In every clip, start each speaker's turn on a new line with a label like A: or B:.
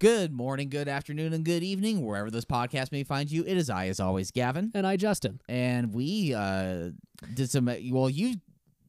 A: Good morning, good afternoon, and good evening, wherever this podcast may find you. It is I, as always, Gavin,
B: And I, Justin.
A: and we uh, did some. Well, you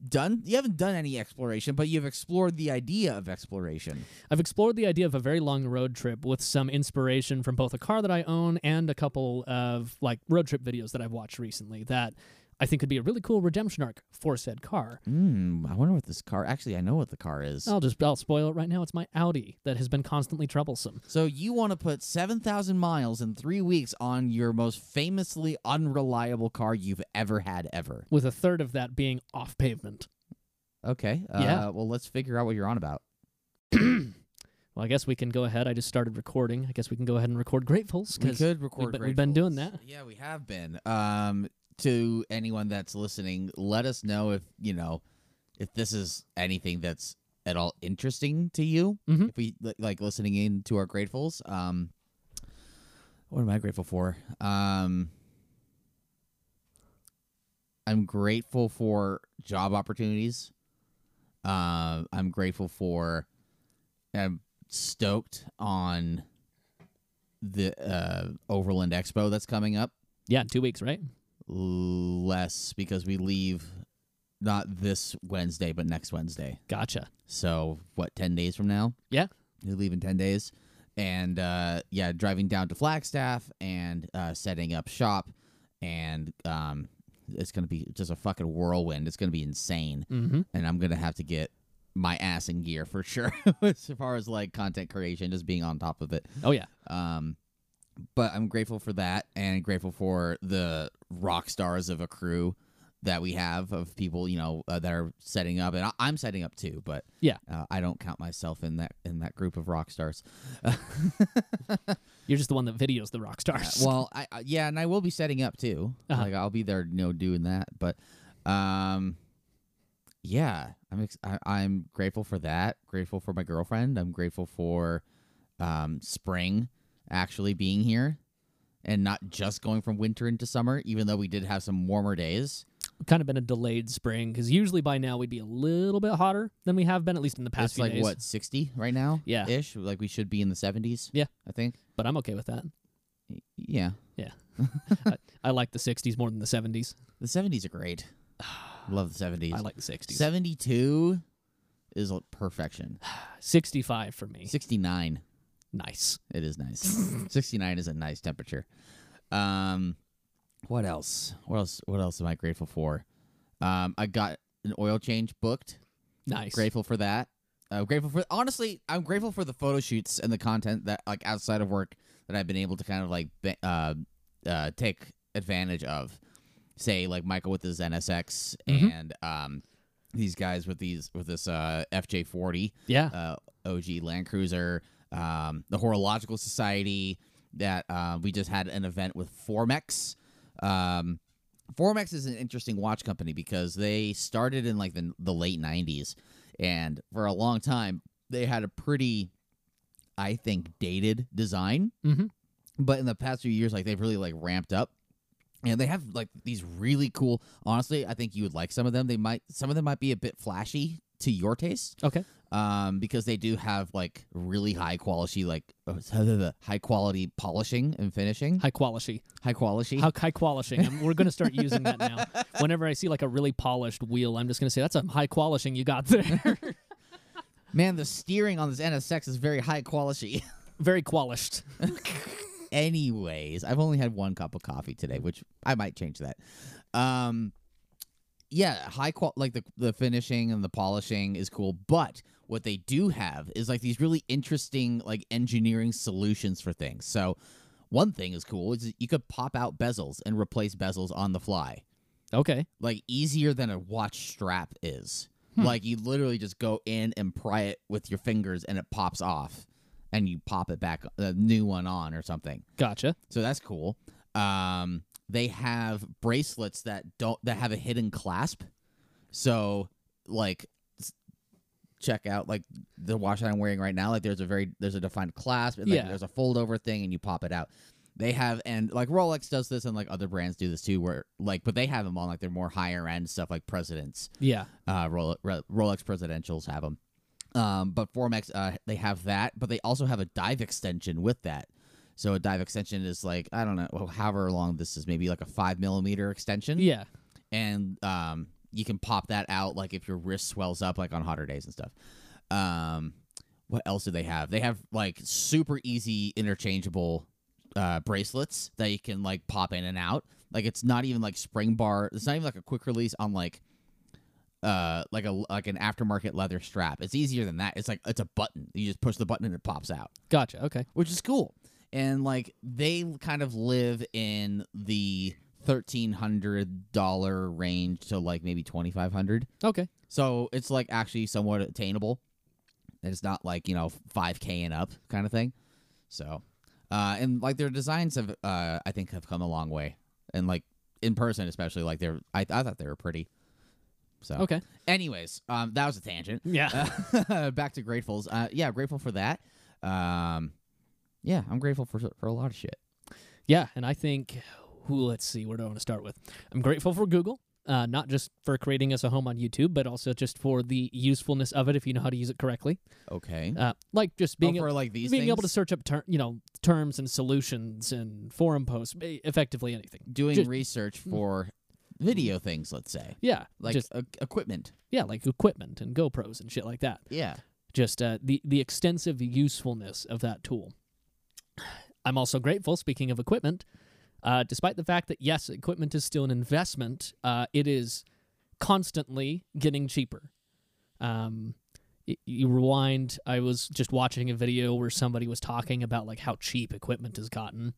A: done you haven't done any exploration, but you've explored the idea of exploration.
B: I've explored the idea of a very long road trip with some inspiration from both a car that I own and a couple of like road trip videos that I've watched recently that I think could be a really cool redemption arc for said car.
A: Hmm. I wonder what this car. Actually, I know what the car is.
B: I'll just I'll spoil it right now. It's my Audi that has been constantly troublesome.
A: So you want to put seven thousand miles in three weeks on your most famously unreliable car you've ever had ever?
B: With a third of that being off pavement.
A: Okay. Uh,
B: Yeah.
A: Well, let's figure out what you're on about.
B: Well, I guess we can go ahead. I just started recording. I guess we can go ahead and record gratefuls.
A: We
B: 'cause-
A: could record.
B: been- we've been doing
A: gratefuls.
B: that.
A: Yeah, we have been. Um, to anyone that's listening, let us know if you know if this is anything that's at all interesting to you.
B: Mhm.
A: If we li- like listening in to our gratefuls. Um, what am I grateful for? Um, I'm grateful for job opportunities. Uh, I'm grateful for. I'm stoked on the uh, Overland Expo that's coming up.
B: yeah, in two weeks, right?
A: Less because we leave not this Wednesday, but next Wednesday.
B: Gotcha.
A: So what, ten days from now?
B: Yeah.
A: we leave in ten days, and uh, yeah, driving down to Flagstaff and uh, setting up shop, and um, it's gonna be just a fucking whirlwind. It's gonna be insane,
B: Mm-hmm.
A: and I'm gonna have to get my ass in gear for sure as far as like content creation, just being on top of it.
B: Oh yeah.
A: Um, but I'm grateful for that and grateful for the rock stars of a crew that we have of people you know uh, that are setting up and I- I'm setting up too but
B: Yeah.
A: uh, I don't count myself in that in that group of rock stars
B: You're just the one that videos the rock
A: Uh,
B: stars.
A: well I I- yeah and I will be setting up too
B: Uh-huh.
A: like I'll be there you know doing that but um yeah I'm ex- I- I'm grateful for that grateful for my girlfriend I'm grateful for um spring actually being here and not just going from winter into summer even though we did have some warmer days
B: kind of been a delayed spring because usually by now we'd be a little bit hotter than we have been at least in the past
A: it's
B: few
A: like
B: days.
A: what 60 right now
B: Yeah.
A: ish like we should be in the 70s
B: Yeah.
A: i think
B: But I'm okay with that.
A: Y- yeah
B: I like the 60s more than the 70s.
A: the 70s are great love the 70s
B: I like the 60s.
A: 72 is like perfection
B: 65 for me.
A: 69
B: Nice.
A: it is nice 69 is a nice temperature um what else what else what else am i grateful for um i got an oil change booked
B: Nice.
A: grateful for that. I'm grateful for honestly, I'm grateful for the photo shoots and the content that like outside of work that I've been able to kind of like be- uh, uh, take advantage of. Say like Michael with his NSX
B: Mhm.
A: and um, these guys with these with this uh, FJ40
B: Yeah.
A: uh, OG Land Cruiser, um, the Horological Society. That uh, we just had an event with Formex. Um, Formex is an interesting watch company because they started in like the, the late '90s, and for a long time they had a pretty, I think, dated design.
B: Mhm.
A: But in the past few years, like they've really like ramped up. And they have like these really cool. Honestly, I think you would like some of them. They might some of them might be a bit flashy to your taste,
B: okay.
A: um, because they do have like really high quality, like high quality polishing and finishing.
B: High quality.
A: High quality.
B: How high qualishing. I'm, we're going to start using that now. Whenever I see like a really polished wheel, I'm just going to say, that's a high qualishing you got there.
A: Man, the steering on this NSX is very high quality.
B: Very qualished.
A: Anyways, I've only had one cup of coffee today, which I might change that. Um, yeah, high qual like the the finishing and the polishing is cool, but what they do have is like these really interesting like engineering solutions for things. So one thing is cool is you could pop out bezels and replace bezels on the fly.
B: Okay.
A: like easier than a watch strap is.
B: Hmm.
A: Like you literally just go in and pry it with your fingers and it pops off and you pop it back a new one on or something.
B: Gotcha.
A: So that's cool. Um they have bracelets that don't that have a hidden clasp. So like s- check out like the watch that I'm wearing right now like there's a very there's a defined clasp and like,
B: Yeah.
A: there's a fold over thing and you pop it out. They have and like Rolex does this and like other brands do this too where like but they have them on like they're more higher end stuff like presidents
B: Yeah.
A: uh Role- Re- Rolex presidentials have them. Um, but Formex, uh, they have that, but they also have a dive extension with that. So a dive extension is like I don't know, well, however long this is, maybe like a five millimeter extension,
B: Yeah.
A: and um, you can pop that out like if your wrist swells up, like on hotter days and stuff. Um, what else do they have? They have like super easy interchangeable uh, bracelets that you can like pop in and out. Like it's not even like spring bar. It's not even like a quick release on like uh like a like an aftermarket leather strap. It's easier than that. It's like it's a button. You just push the button and it pops out,
B: Gotcha. Okay.
A: which is cool. And like they kind of live in the thirteen hundred dollar range to like maybe twenty five hundred.
B: Okay.
A: So it's like actually somewhat attainable. And it's not like, you know, 5K and up kind of thing. So, uh, and like their designs have, uh, I think, have come a long way. And like in person, especially, like they're, I, I thought they were pretty. So,
B: Okay.
A: anyways, um, that was a tangent.
B: Yeah.
A: Oh. Uh, back to gratefuls. Uh, yeah, grateful for that. Um, yeah, I'm grateful for for a lot of shit.
B: Yeah, and I think, ooh, let's see, where do I want to start with? I'm grateful for Google, uh, not just for creating us a home on YouTube, but also just for the usefulness of it if you know how to use it correctly.
A: Okay.
B: Uh, like just
A: Being
B: being
A: Oh, for like these
B: being
A: things,
B: able to search up ter- you know terms and solutions and forum posts, ba- effectively anything.
A: doing
B: just-
A: research for video things, let's say,
B: Yeah,
A: like
B: just
A: e- equipment.
B: yeah, like equipment and GoPros and shit like that.
A: Yeah.
B: just uh, the the extensive usefulness of that tool. I'm also grateful. Speaking of equipment, uh, despite the fact that yes, equipment is still an investment, uh, it is constantly getting cheaper. Um, y- you rewind. I was just watching a video where somebody was talking about like how cheap equipment has gotten,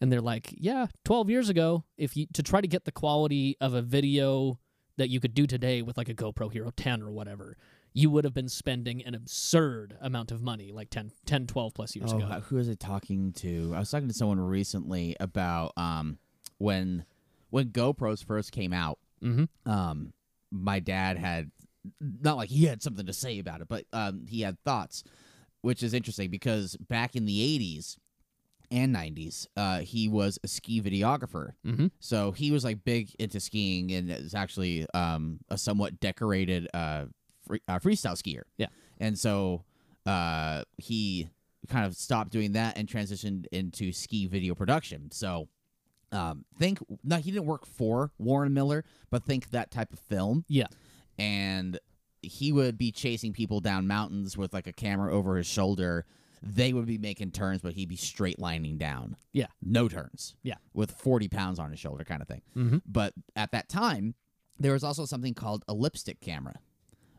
B: and they're like, "Yeah, 12 years ago, if you to try to get the quality of a video that you could do today with like a GoPro Hero 10 or whatever, you would have been spending an absurd amount of money like 10, 10 12 plus years
A: oh,
B: ago."
A: uh, Who was I talking to? I was talking to someone recently about um when when GoPros first came out.
B: Mm-hmm.
A: Um, my dad had not like he had something to say about it, but um, he had thoughts, which is interesting because back in the '80s and '90s, uh, he was a ski videographer.
B: Mm-hmm.
A: So he was like big into skiing and is actually um, a somewhat decorated uh, free, uh, freestyle skier.
B: Yeah.
A: And so uh, he kind of stopped doing that and transitioned into ski video production. So um, think, no, he didn't work for Warren Miller, but think that type of film.
B: Yeah.
A: And he would be chasing people down mountains with like a camera over his shoulder. They would be making turns, but he'd be straight lining down.
B: Yeah.
A: No turns with 40 pounds on his shoulder kind of thing.
B: Mm-hmm.
A: But at that time, there was also something called a lipstick camera,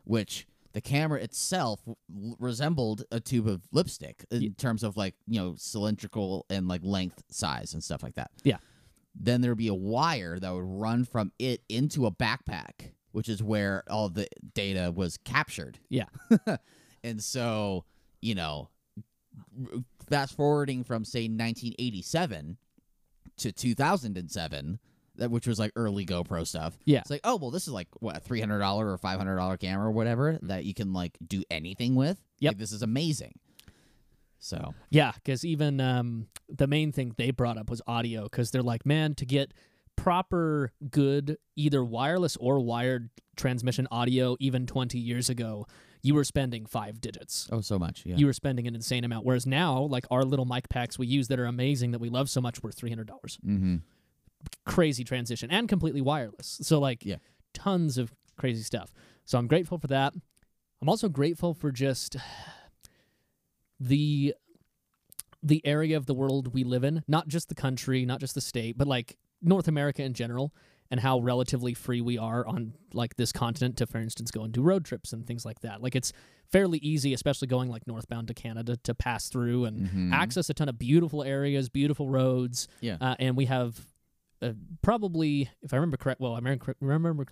A: which the camera itself w- resembled a tube of lipstick in
B: Ye-
A: terms of like, you know, cylindrical and like length, size, and stuff like that.
B: Yeah.
A: Then there'd be a wire that would run from it into a backpack, which is where all the data was captured.
B: Yeah.
A: and so, you know, fast forwarding from say 1987 to 2007 that which was like early GoPro stuff.
B: Yeah.
A: It's like, oh well, this is like what a three hundred dollar or five hundred dollar camera or whatever that you can like do anything with.
B: Yep.
A: Like, this is amazing. So
B: Yeah, because even um, the main thing they brought up was audio, because they're like, man, to get proper, good, either wireless or wired transmission audio, even 20 years ago, you were spending five digits.
A: oh, so much. Yeah.
B: You were spending an insane amount. Whereas now, like our little mic packs we use that are amazing that we love so much, were $300.
A: mm-hmm.
B: Crazy transition and completely wireless. So, like,
A: Yeah.
B: tons of crazy stuff. So, I'm grateful for that. I'm also grateful for just the the area of the world we live in, not just the country, not just the state, but like North America in general, and how relatively free we are on like this continent to, for instance, go and do road trips and things like that. Like it's fairly easy, especially going like northbound to Canada, to pass through and
A: Mhm.
B: access a ton of beautiful areas, beautiful roads.
A: Yeah.
B: uh, and we have. Uh, probably, if I remember correct, well, I remember, remember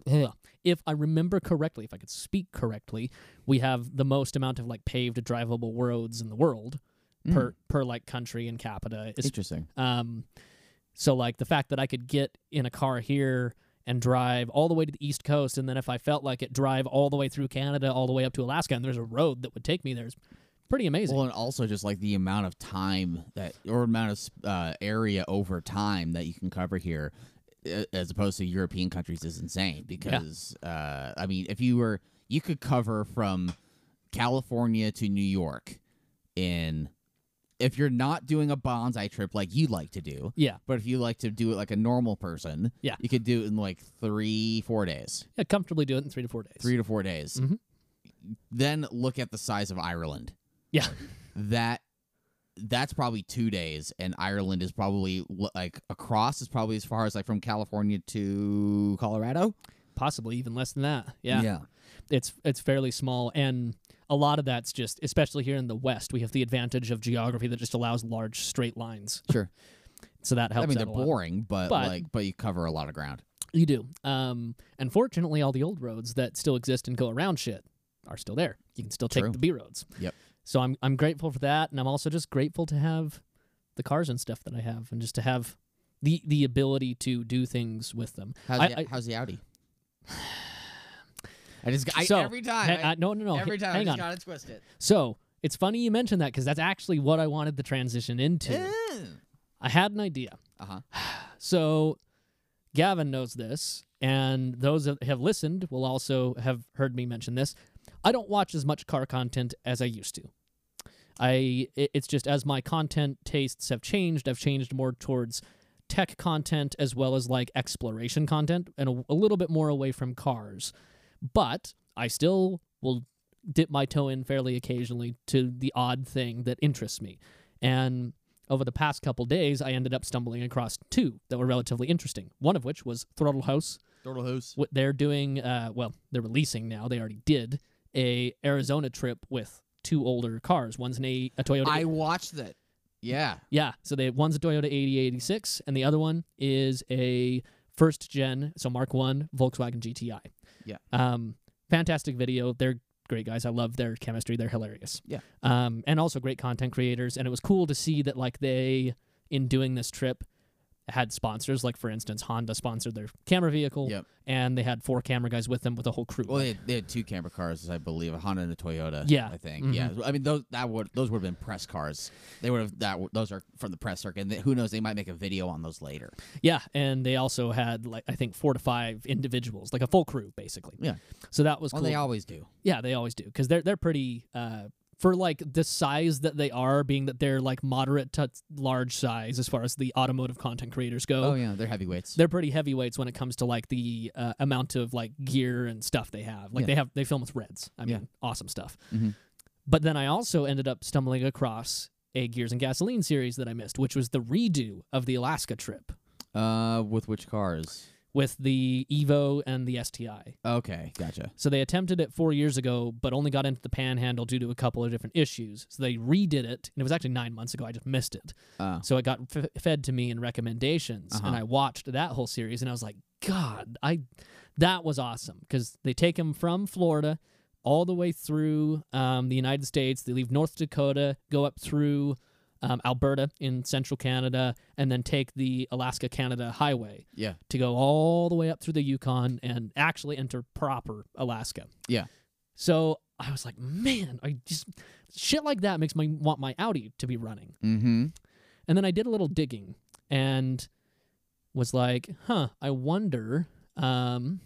B: if I remember correctly, if I could speak correctly, we have the most amount of like paved drivable roads in the world
A: Mm.
B: per per like country and capita. It's,
A: Interesting.
B: um, so like the fact that I could get in a car here and drive all the way to the East Coast, and then if I felt like it, drive all the way through Canada, all the way up to Alaska, and there's a road that would take me there is pretty amazing.
A: Well, and also just like the amount of time that or amount of uh, area over time that you can cover here, a- as opposed to European countries, is insane. Because uh, I mean, if you were, you could cover from California to New York in if you're not doing a bonsai trip like you like to do,
B: Yeah.
A: but if you like to do it like a normal person,
B: Yeah.
A: you could do it in like three, four days,
B: Yeah, comfortably do it in three to four days.
A: three to four days.
B: Mhm.
A: Then look at the size of Ireland.
B: Yeah.
A: That that's probably two days, and Ireland is probably l- like across is probably as far as like from California to Colorado.
B: Possibly even less than that. Yeah. It's it's fairly small and a lot of that's just especially here in the West, we have the advantage of geography that just allows large straight lines.
A: sure.
B: So that helps.
A: I mean,
B: out
A: they're
B: a lot.
A: boring, but,
B: But-
A: like, but you cover a lot of ground.
B: You do. Um, and fortunately, all the old roads that still exist and go around shit are still there. You can still take
A: True.
B: the B roads.
A: Yep.
B: So I'm I'm grateful for that, and I'm also just grateful to have the cars and stuff that I have, and just to have the the ability to do things with them.
A: How's,
B: I-
A: the,
B: I-
A: how's the Audi? I just I,
B: So,
A: every time,
B: Hey,
A: I,
B: uh, no, no, no.
A: every
B: h-
A: time, I
B: Hang
A: just
B: on.
A: gotta twist it.
B: So it's funny you mentioned that because that's actually what I wanted the transition into.
A: Eh?
B: I had an idea.
A: Uh huh.
B: So Gavin knows this, and those that have listened will also have heard me mention this. I don't watch as much car content as I used to. I i- it's just as my content tastes have changed, I've changed more towards tech content as well as like exploration content and a, a little bit more away from cars. But I still will dip my toe in fairly occasionally to the odd thing that interests me. And over the past couple days, I ended up stumbling across two that were relatively interesting. One of which was Throttle House.
A: Turtle Hoose.
B: What they're doing, uh, well, they're releasing now. They already did a Arizona trip with two older cars. One's an a, a Toyota.
A: I watched that. Yeah.
B: yeah, so they one's a Toyota 8086, and the other one is a first gen, so Mark One Volkswagen GTI.
A: Yeah.
B: Um, fantastic video. They're great guys. I love their chemistry. They're hilarious.
A: Yeah.
B: Um, and also great content creators. And it was cool to see that like they, in doing this trip, had sponsors. Like for instance, Honda sponsored their camera vehicle.
A: Yep.
B: And they had four camera guys with them with a whole crew.
A: Well, they had, they had two camera cars, I believe, a Honda and a Toyota.
B: Yeah. Mm-hmm.
A: I think. Yeah. I mean, those that would those would have been press cars. They would have that. w- Those are from the press circuit. And who knows? They might make a video on those later.
B: Yeah, and they also had like I think four to five individuals, like a full crew basically.
A: Yeah.
B: So that was
A: Well,
B: cool.
A: they always do.
B: Yeah, they always do because they're they're pretty uh, for like the size that they are, being that they're like moderate to large size as far as the automotive content creators go.
A: Oh yeah, they're heavyweights.
B: They're pretty heavyweights when it comes to like the uh, amount of like gear and stuff they have. Like
A: Yeah.
B: they have they film with Reds. I mean,
A: Yeah.
B: awesome stuff.
A: Mhm.
B: But then I also ended up stumbling across a Gears and Gasoline series that I missed, which was the redo of the Alaska trip
A: uh, with which cars?
B: with the Evo and the STI.
A: Okay, gotcha.
B: So they attempted it four years ago, but only got into the panhandle due to a couple of different issues. So they redid it, and it was actually nine months ago. I just missed it.
A: Uh,
B: So it got f- fed to me in recommendations,
A: Uh-huh.
B: and I watched that whole series, and I was like, God, I that was awesome because they take them from Florida all the way through um, the United States. They leave North Dakota, go up through um, Alberta in central Canada, and then take the Alaska Canada highway
A: yeah,
B: to go all the way up through the Yukon and actually enter proper Alaska.
A: Yeah.
B: So I was like, man, I just shit like that makes me want my Audi to be running.
A: mm-hmm.
B: And then I did a little digging and was like, huh, I wonder, um,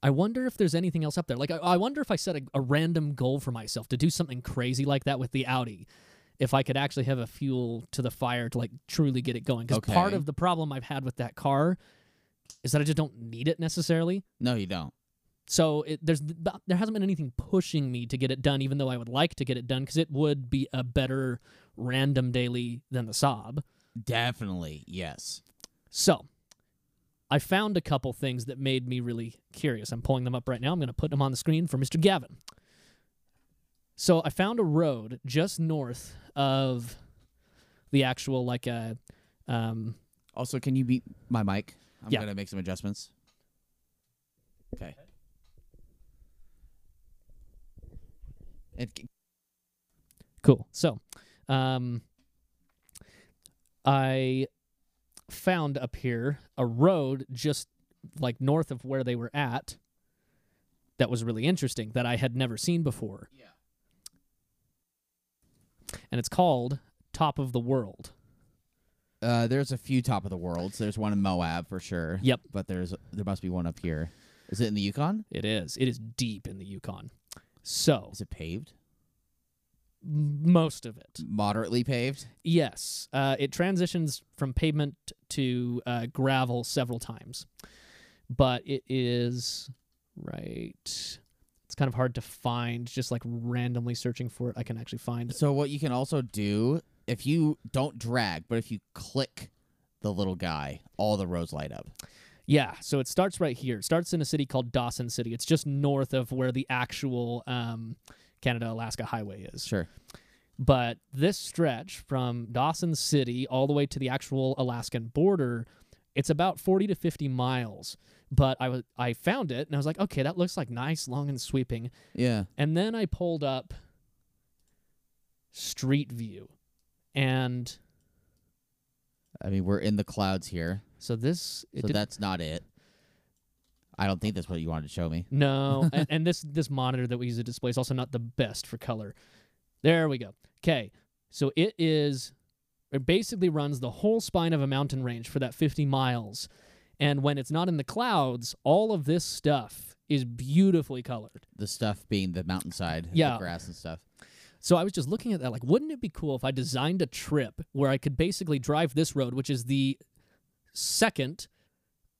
B: I wonder if there's anything else up there. Like, I, I wonder if I set a, a random goal for myself to do something crazy like that with the Audi, if I could actually have a fuel to the fire to like truly get it going. Because part
A: Okay.
B: of the problem I've had with that car is that I just don't need it necessarily.
A: No, you don't.
B: So it, there's there hasn't been anything pushing me to get it done, even though I would like to get it done because it would be a better random daily than the Saab.
A: Definitely, yes.
B: So I found a couple things that made me really curious. I'm pulling them up right now. I'm going to put them on the screen for Mr. Gavin. So I found a road just north of the actual like a um,
A: Also, can you beat my mic? I'm
B: Yeah.
A: gonna make some adjustments. Okay. It,
B: Cool. So, um, I found up here a road just like north of where they were at that was really interesting that I had never seen before.
A: Yeah.
B: And it's called Top of the World.
A: uh, there's a few top of the worlds. There's one in Moab for sure.
B: Yep.
A: But there's there must be one up here. Is it in the Yukon?
B: It is. It is deep in the Yukon. So
A: Is it paved?
B: most of it.
A: Moderately paved?
B: Yes, uh, it transitions from pavement to uh, gravel several times, but it is right. It's kind of hard to find. Just like randomly searching for it, I can actually find. it.
A: So what you can also do if you don't drag, but if you click the little guy, all the roads light up.
B: Yeah, so it starts right here. It starts in a city called Dawson City. It's just north of where the actual um, Canada Alaska Highway is.
A: Sure.
B: But this stretch from Dawson City all the way to the actual Alaskan border, it's about 40 to 50 miles. But I was I found it and I was like, okay, that looks like nice, long and sweeping.
A: Yeah.
B: And then I pulled up Street View. And
A: I mean, we're in the clouds here,
B: so this it
A: so
B: didn't-
A: that's not it. I don't think that's what you wanted to show me.
B: No, and, and this this monitor that we use to display is also not the best for color. There we go. Okay, so it is. It basically runs the whole spine of a mountain range for that 50 miles, and when it's not in the clouds, all of this stuff is beautifully colored.
A: The stuff being the mountainside,
B: Yeah.
A: the grass and stuff.
B: So I was just looking at that, like, wouldn't it be cool if I designed a trip where I could basically drive this road, which is the second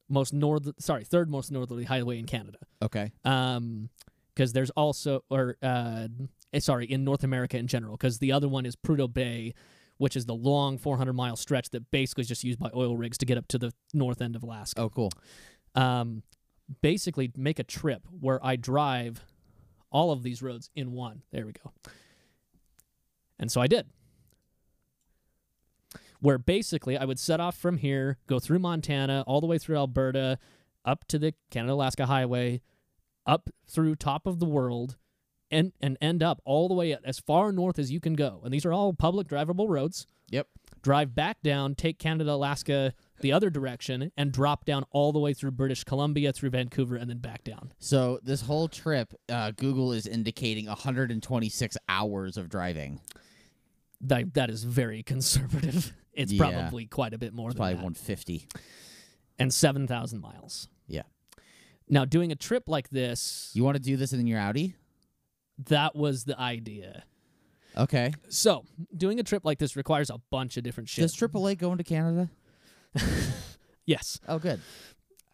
B: most north, sorry, third most northerly highway in Canada.
A: Okay.
B: um because there's also or uh eh, sorry in north america in general because the other one is prudhoe bay which is the long 400 mile stretch that basically is just used by oil rigs to get up to the north end of alaska
A: Oh, cool.
B: um basically make a trip where i drive all of these roads in one there we go and so i did where basically i would set off from here go through montana all the way through alberta up to the canada alaska highway up through top of the world and and end up all the way at, as far north as you can go and these are all public drivable roads
A: Yep.
B: drive back down take canada alaska the other direction and drop down all the way through british columbia through vancouver and then back down
A: So this whole trip, uh, Google is indicating 126 hours of driving.
B: that, that is very conservative it's
A: Yeah.
B: probably quite a bit more
A: It's
B: than
A: probably
B: that.
A: 150.
B: and 7000 miles
A: Yeah.
B: now doing a trip like this
A: You want to do this in your Audi?
B: that was the idea
A: Okay.
B: so doing a trip like this requires a bunch of different shit
A: Does AAA go into Canada?
B: yes
A: Oh, good.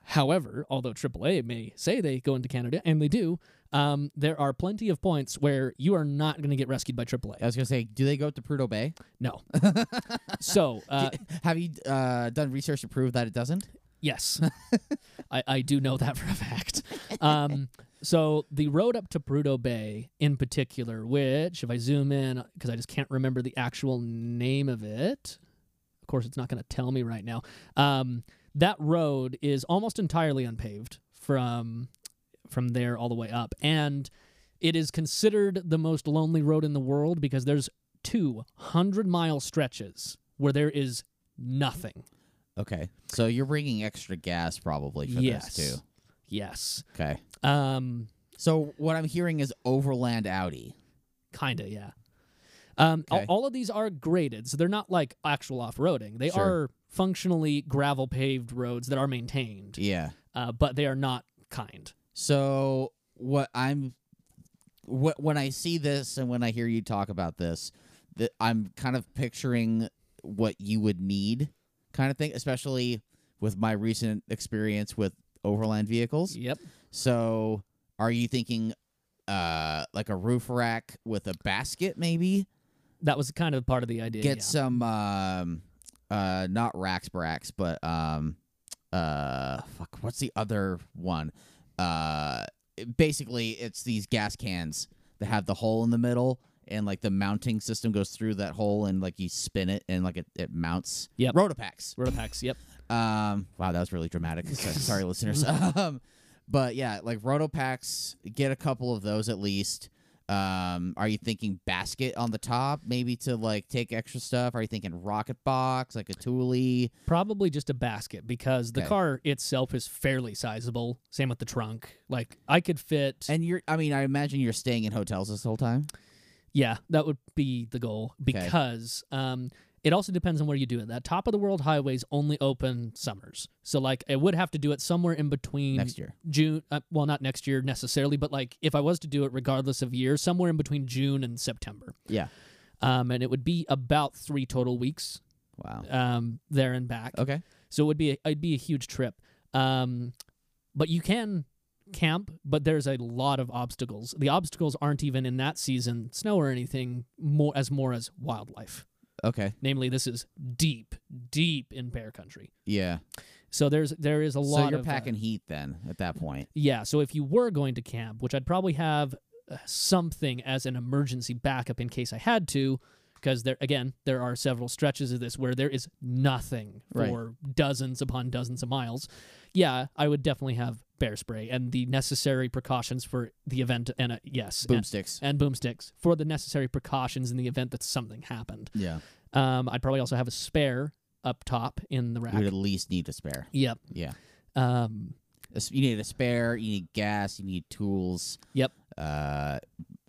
B: However, although AAA may say they go into Canada, and they do, um, there are plenty of points where you are not going to get rescued by AAA.
A: I was gonna say, do they go up to Prudhoe Bay?
B: no. so, uh,
A: Have you uh, done research to prove that it doesn't?
B: yes, I, I do know that for a fact. Um, so, the road up to Prudhoe Bay in particular, which, if I zoom in, because I just can't remember the actual name of it, of course, it's not going to tell me right now. Um, that road is almost entirely unpaved from from there all the way up and it is considered the most lonely road in the world because there's 200 mile stretches where there is nothing
A: Okay. So you're bringing extra gas probably for
B: yes
A: this too.
B: yes
A: Okay.
B: um
A: So what I'm hearing is overland Audi.
B: kinda yeah um all-
A: Okay.
B: all, of these are graded so they're not like actual off-roading they
A: Sure.
B: are functionally gravel paved roads that are maintained
A: Yeah.
B: uh, but they are not kind
A: So what I'm what when I see this and when I hear you talk about this, that I'm kind of picturing what you would need kind of thing, especially with my recent experience with overland vehicles.
B: yep
A: So are you thinking uh like a roof rack with a basket maybe?
B: that was kind of part of the idea
A: Get
B: yeah.
A: some um uh not racks bracks, but um uh fuck what's the other one? Uh basically it's these gas cans that have the hole in the middle and like the mounting system goes through that hole and like you spin it and like it, it mounts.
B: Yep.
A: Rotopax.
B: Rotopax, yep.
A: Um, wow, that was really dramatic. So- Sorry, listeners. Um, but yeah, like Rotopacks, get a couple of those at least. Um, are you thinking basket on the top, maybe to like take extra stuff? Are you thinking rocket box, like a Thule?
B: Probably just a basket because the
A: Okay.
B: car itself is fairly sizable. Same with the trunk. Like I could fit.
A: And you're, I mean, I imagine you're staying in hotels this whole time.
B: yeah, that would be the goal because um, It also depends on where you do it. That top of the world highways only open summers, so like I would have to do it somewhere in between
A: next year.
B: June. Uh, well, not next year necessarily, but like if I was to do it, regardless of year, somewhere in between June and September.
A: Yeah.
B: Um, and it would be about three total weeks,
A: Wow.
B: um, there and back.
A: Okay.
B: So it would be a, it'd be a huge trip. Um, but you can camp, but there's a lot of obstacles. The obstacles aren't even in that season snow or anything more as more as wildlife.
A: Okay.
B: Namely, this is deep, deep in bear country.
A: Yeah.
B: So there's there is a lot.
A: So you're
B: of, uh,
A: packing heat then at that point.
B: yeah. So if you were going to camp, which I'd probably have uh, something as an emergency backup in case I had to, because there again there are several stretches of this where there is nothing
A: Right.
B: for dozens upon dozens of miles. Yeah, I would definitely have bear spray and the necessary precautions for the event. And uh, yes, and,
A: Boomsticks.
B: and boomsticks for the necessary precautions in the event that something happened.
A: Yeah.
B: Um, I'd probably also have a spare up top in the rack.
A: You would at least need a spare.
B: Yep.
A: Yeah.
B: Um,
A: A s- You need a spare. You need gas. You need tools.
B: Yep.
A: Uh,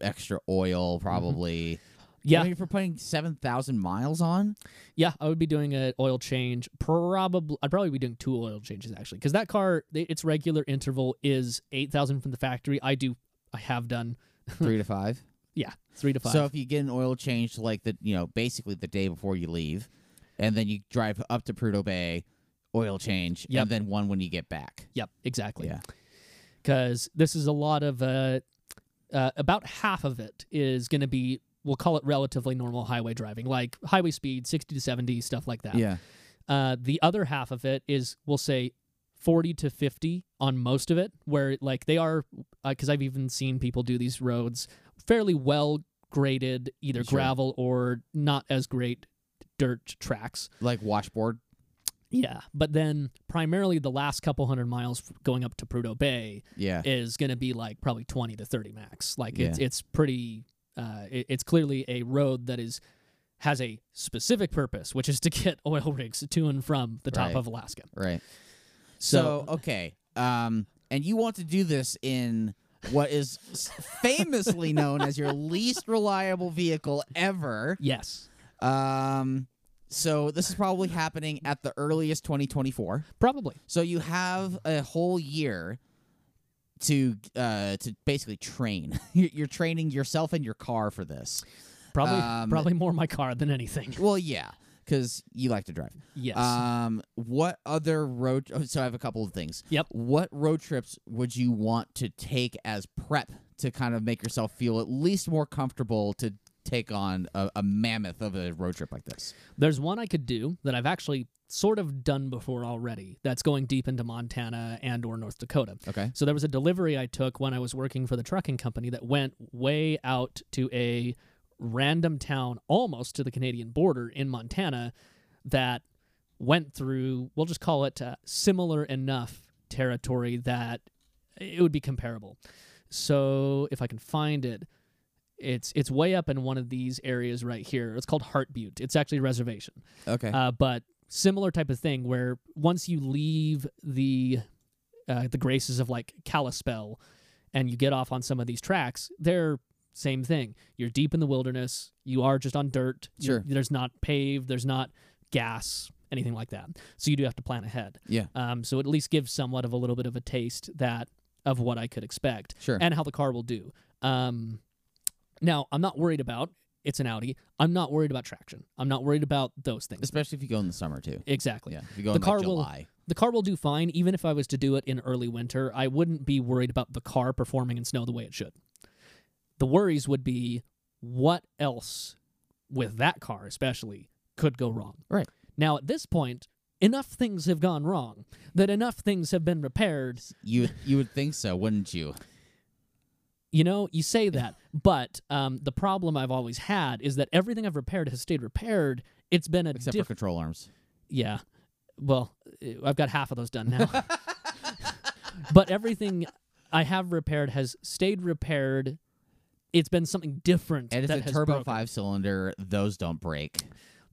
A: extra oil probably.
B: yeah.
A: I mean, if we're putting seven thousand miles on,
B: Yeah, I would be doing an oil change. Probably, I'd probably be doing two oil changes actually, because that car, they, its regular interval is eight thousand from the factory. I do, I have done
A: three to five.
B: three to five.
A: So if you get an oil change like the you know basically the day before you leave, and then you drive up to Prudhoe Bay, oil change,
B: Yep.
A: and then one when you get back.
B: yep, exactly.
A: Yeah.
B: because this is a lot of uh, uh, about half of it is going to be we'll call it relatively normal highway driving, like highway speed sixty to seventy stuff like that. Uh, the other half of it is we'll say 40 to 50 on most of it where like they are because i've even seen people do these roads fairly well graded either
A: Sure.
B: gravel or not as great dirt tracks
A: like washboard.
B: yeah but then primarily the last couple hundred miles going up to prudhoe bay
A: Yeah,
B: is going to be like probably 20 to 30 max like it's
A: Yeah.
B: it's pretty uh, it- it's clearly a road that is has a specific purpose which is to get oil rigs to and from the top
A: Right.
B: of alaska
A: right. So,
B: so, uh,
A: okay, um, and you want to do this in what is s- famously known as your least reliable vehicle ever.
B: yes,
A: Um, so this is probably happening at the earliest 2024.
B: probably.
A: So you have a whole year to uh, to basically train. You're you're training yourself and your car for this.
B: Probably
A: Um,
B: probably more my car than anything.
A: Well, yeah, because you like to drive.
B: Yes.
A: Um, what other road? Oh, so I have a couple of things.
B: Yep.
A: What road trips would you want to take as prep to kind of make yourself feel at least more comfortable to take on a, a mammoth of a road trip like this?
B: There's one I could do that I've actually sort of done before already that's going deep into Montana and or North Dakota.
A: Okay.
B: So there was a delivery I took when I was working for the trucking company that went way out to a random town almost to the Canadian border in Montana that went through, we'll just call it uh, similar enough territory that it would be comparable. So if I can find it, it's it's way up in one of these areas right here. It's called Heart Butte. It's actually a reservation.
A: Okay.
B: Uh, but similar type of thing where once you leave the uh, the graces of like Kalispell and you get off on some of these tracks, they're same thing. You're deep in the wilderness. You are just on dirt. You-
A: Sure.
B: there's not paved. There's not gas. Anything like that. So you do have to plan ahead.
A: yeah.
B: Um, so it at least gives somewhat of a little bit of a taste that of what I could expect
A: Sure.
B: and how the car will do. Um, now I'm not worried about it's an Audi. I'm not worried about traction. I'm not worried about those things.
A: Especially if you go in the summer too.
B: Exactly.
A: Yeah. If you go
B: The
A: in like,
B: car will-
A: July.
B: The car will do fine, even if I was to do it in early winter. I wouldn't be worried about the car performing in snow the way it should. The worries would be what else with that car, especially, could go wrong.
A: Right.
B: Now, at this point, enough things have gone wrong that enough things have been repaired.
A: You you would think so, wouldn't you?
B: You know, you say that, but um, the problem I've always had is that everything I've repaired has stayed repaired. It's been a
A: Except
B: diff-
A: for control arms.
B: Yeah. Well, I've got half of those done now. but everything I have repaired has stayed repaired. It's been something different.
A: And it's
B: that
A: a
B: has
A: turbo
B: broken.
A: five cylinder. Those don't break.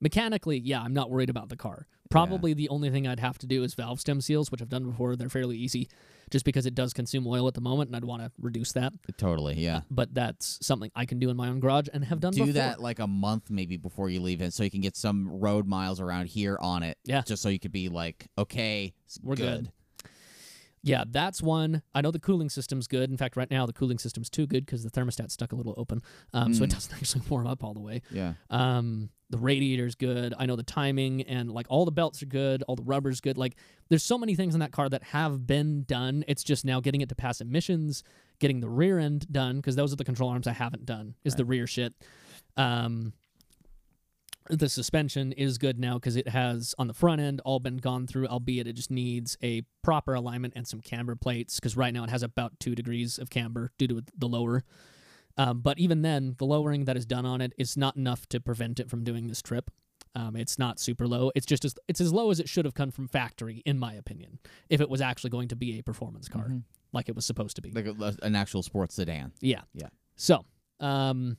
B: Mechanically, yeah, I'm not worried about the car. Probably the only thing I'd have to do is valve stem seals, which I've done before. They're fairly easy just because it does consume oil at the moment and I'd want to reduce that.
A: Totally, yeah.
B: But that's something I can do in my own garage and have done
A: Do
B: before.
A: that like a month maybe before you leave it, so you can get some road miles around here on it.
B: Yeah.
A: Just so you could be like, okay, it's
B: We're good. Yeah, that's one. I know the cooling system's good. In fact, right now the cooling system's too good because the thermostat's stuck a little open, um, so it doesn't actually warm up all the way.
A: Yeah.
B: Um, the radiator's good. I know the timing and like all the belts are good. All the rubber's good. Like there's so many things in that car that have been done. It's just now getting it to pass emissions, getting the rear end done because those are the control arms I haven't done. Is the rear shit. Um, the suspension is good now because it has on the front end all been gone through, albeit it just needs a proper alignment and some camber plates because right now it has about two degrees of camber due to the lower. Um, but even then, the lowering that is done on it is not enough to prevent it from doing this trip. Um, it's not super low. It's just as it's as low as it should have come from factory, in my opinion, if it was actually going to be a performance car like it was supposed to be.
A: Like a, an actual sports sedan.
B: Yeah.
A: Yeah.
B: So, um,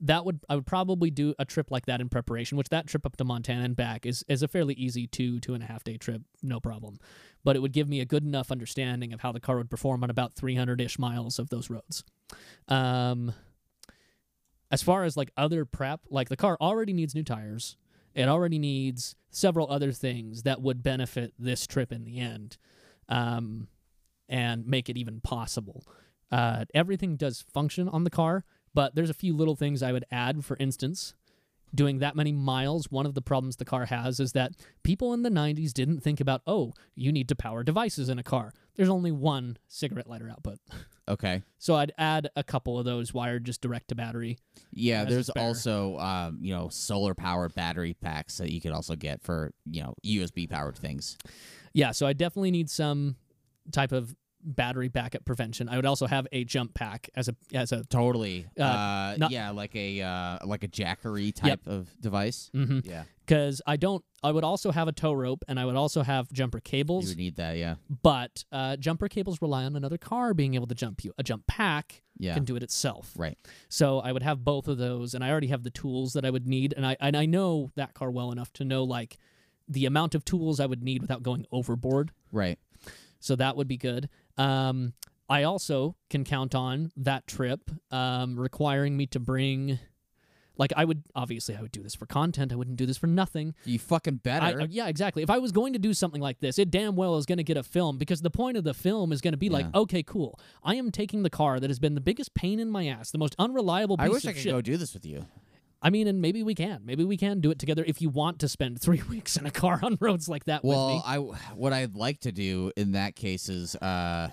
B: that would I would probably do a trip like that in preparation, which that trip up to Montana and back is is a fairly easy two two and a half day trip, no problem. But it would give me a good enough understanding of how the car would perform on about three hundred ish miles of those roads. Um, as far as like other prep, like the car already needs new tires. It already needs several other things that would benefit this trip in the end. Um, and make it even possible. Uh, everything does function on the car, but there's a few little things I would add. For instance, doing that many miles, one of the problems the car has is that people in the 90s didn't think about, oh, you need to power devices in a car. There's only one cigarette lighter output.
A: Okay.
B: So I'd add a couple of those wired just direct to battery.
A: Yeah,
B: That's
A: there's
B: fair.
A: also um, you know, solar powered battery packs that you could also get for, you know, USB powered things.
B: Yeah, so I definitely need some type of battery backup prevention. I would also have a jump pack as a as a
A: Totally. Uh,
B: not-
A: yeah, like a uh like a jackery type of device.
B: Mhm.
A: Yeah.
B: because I don't. I would also have a tow rope, and I would also have jumper
A: You
B: cables.
A: would need that, yeah.
B: But uh, jumper cables rely on another car being able to jump you. A jump pack
A: Yeah.
B: can do it itself.
A: Right.
B: So I would have both of those, and I already have the tools that I would need, and I and I know that car well enough to know like the amount of tools I would need without going overboard.
A: Right.
B: So that would be good. Um, I also can count on that trip um, requiring me to bring. Like I would obviously I would do this for content. I wouldn't do this for nothing.
A: You fucking
B: I-
A: better.
B: uh, yeah, exactly. If I was going to do something like this, it damn well is going to get a film because the point of the film is going to be like,
A: Yeah.
B: okay, cool. I am taking the car that has been the biggest pain in my ass, the most unreliable piece
A: I wish
B: of
A: I could
B: shit.
A: go do this with you.
B: I mean, and maybe we can. Maybe we can do it together if you want to spend three weeks in a car on roads like that with
A: Well,
B: me.
A: I what I'd like to do in that case is uh